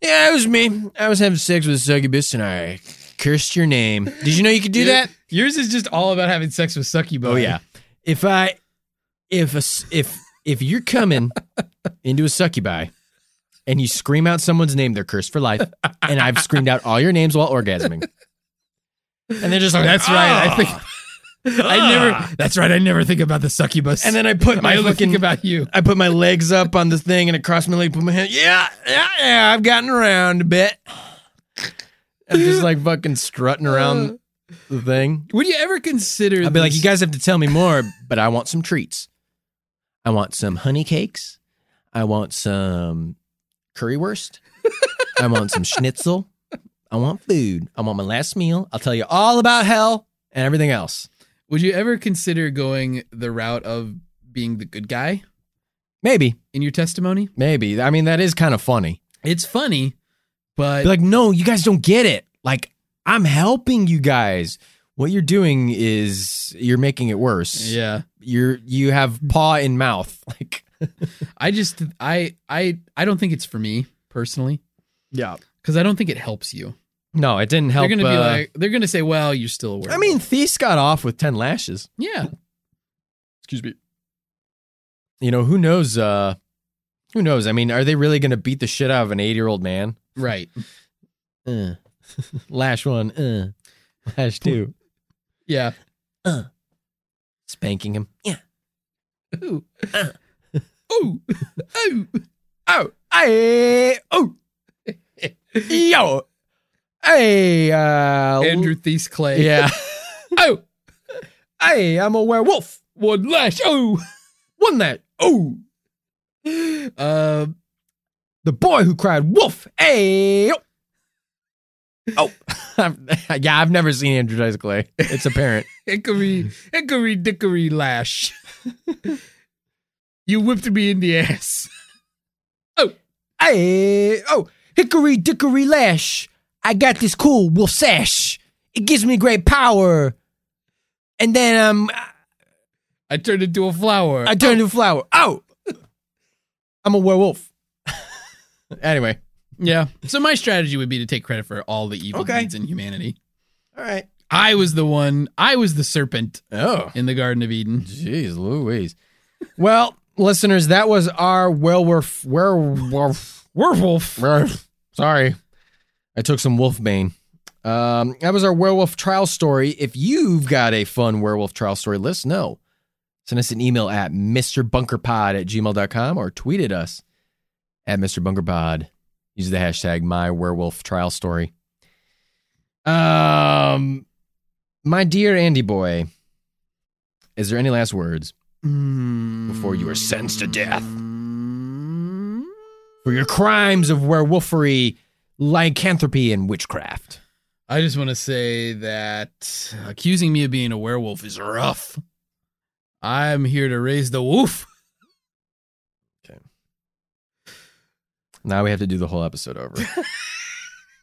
B: Yeah, it was me. I was having sex with a succubus and I cursed your name. Did you know you could do
A: Your-
B: that?
A: Yours is just all about having sex with succubi.
B: Oh yeah. If I, if a s if if you're coming into a succubi, and you scream out someone's name, they're cursed for life. And I've screamed out all your names while orgasming. And they're just like, "Ah."
A: That's right. I think I never. That's right. I never think about the succubus.
B: And then I put
A: I
B: my
A: only
B: fucking
A: think about you.
B: I put my legs up on the thing and across my leg, put my hand. Yeah, yeah, yeah. I've gotten around a bit. I'm just like fucking strutting around the thing.
A: Uh, Would you ever consider?
B: I'd be like,
A: this-
B: you guys have to tell me more, but I want some treats. I want some honey cakes. I want some currywurst. I want some schnitzel. I want food. I want my last meal. I'll tell you all about hell and everything else.
A: Would you ever consider going the route of being the good guy
B: Maybe,
A: in your testimony?
B: maybe. I mean, that is kind of funny.
A: It's funny, but
B: Be like, no, you guys don't get it. Like, I'm helping you guys. What you're doing is you're making it worse.
A: yeah,
B: You're you have paw in mouth. Like
A: I just I I I don't think it's for me personally
B: Yeah.
A: because I don't think it helps you.
B: No, it didn't help.
A: they're gonna be
B: uh,
A: like they're gonna say, well, you're still a werewolf.
B: I mean, Thies got off with ten lashes.
A: yeah,
B: Excuse me. You know, who knows, uh who knows? I mean, are they really gonna beat the shit out of an eight year old man?
A: right.
B: Uh. Lash one, uh. Lash two.
A: Yeah,
B: Spanking him. Yeah.
A: Ooh. Ooh. Ooh.
B: Oh, hey, oh, yo, hey, uh,
A: Andrew Thies Clay.
B: yeah,
A: Oh,
B: hey, I'm a werewolf.
A: one lash. Oh.
B: One that, oh,
A: Um,
B: the boy who cried wolf. Hey, oh, oh. I've- yeah, I've never seen Andrew Dice Clay. It's apparent.
A: hickory, hickory dickory lash. you whipped me in the ass.
B: hey, oh, hickory dickory lash. I got this cool wolf sash. It gives me great power. And then um,
A: I turned into a flower.
B: I turned into a flower. Oh, I'm a werewolf. anyway,
A: yeah. So my strategy would be to take credit for all the evil
B: Okay.
A: deeds in humanity.
B: all right.
A: I was the one. I was the serpent
B: Oh,
A: in the Garden of Eden.
B: jeez, Louise. well, listeners, that was our werewolf, werewolf,
A: Werewolf.
B: werewolf. Sorry, I took some wolf bane. Um, that was our werewolf trial story. If you've got a fun werewolf trial story, let us know. Send us an email at mrbunkerpod at gmail.com or tweet at us at mrbunkerpod. Use the hashtag my werewolf trial story. Um, my dear Andy boy, is there any last words before you are sentenced to death for your crimes of werewolfery, lycanthropy, and witchcraft?
A: I just want to say that accusing me of being a werewolf is rough. I'm here to raise the woof.
B: Now we have to do the whole episode over.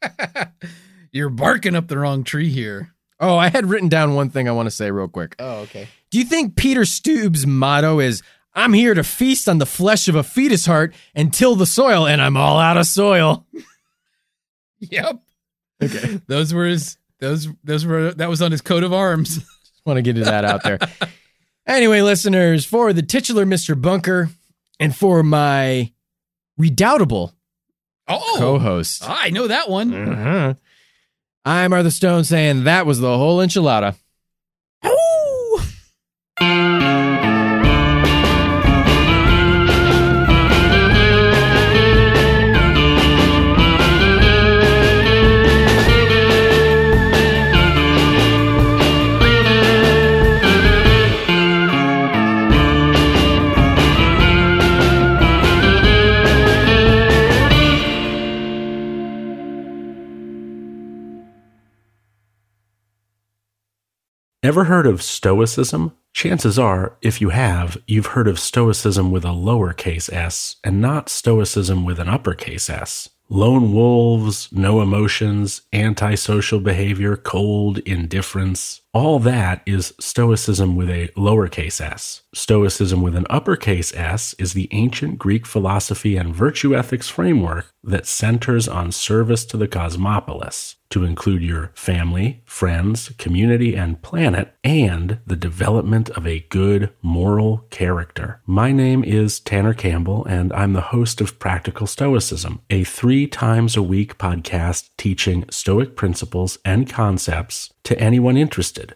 A: You're barking up the wrong tree here.
B: oh, I had written down one thing I want to say real quick.
A: Oh, okay.
B: Do you think Peter Stube's motto is "I'm here to feast on the flesh of a fetus heart and till the soil, and I'm all out of soil"?
A: Yep. Okay. those were his. Those those were that was on his coat of arms.
B: want to get that out there. anyway, listeners, for the titular Mr. Bunker and for my redoubtable
A: Oh,
B: co-host,
A: I know that one.
B: uh-huh, I'm Arthur Stone saying that was the whole enchilada.
I: Ever heard of Stoicism? Chances are, if you have, you've heard of Stoicism with a lowercase s and not Stoicism with an uppercase s. Lone wolves, no emotions, antisocial behavior, cold indifference. All that is Stoicism with a lowercase s. Stoicism with an uppercase s is the ancient Greek philosophy and virtue ethics framework that centers on service to the cosmopolis to include your family, friends, community, and planet, and the development of a good moral character. My name is Tanner Campbell, and I'm the host of Practical Stoicism, a three times a week podcast teaching Stoic principles and concepts to anyone interested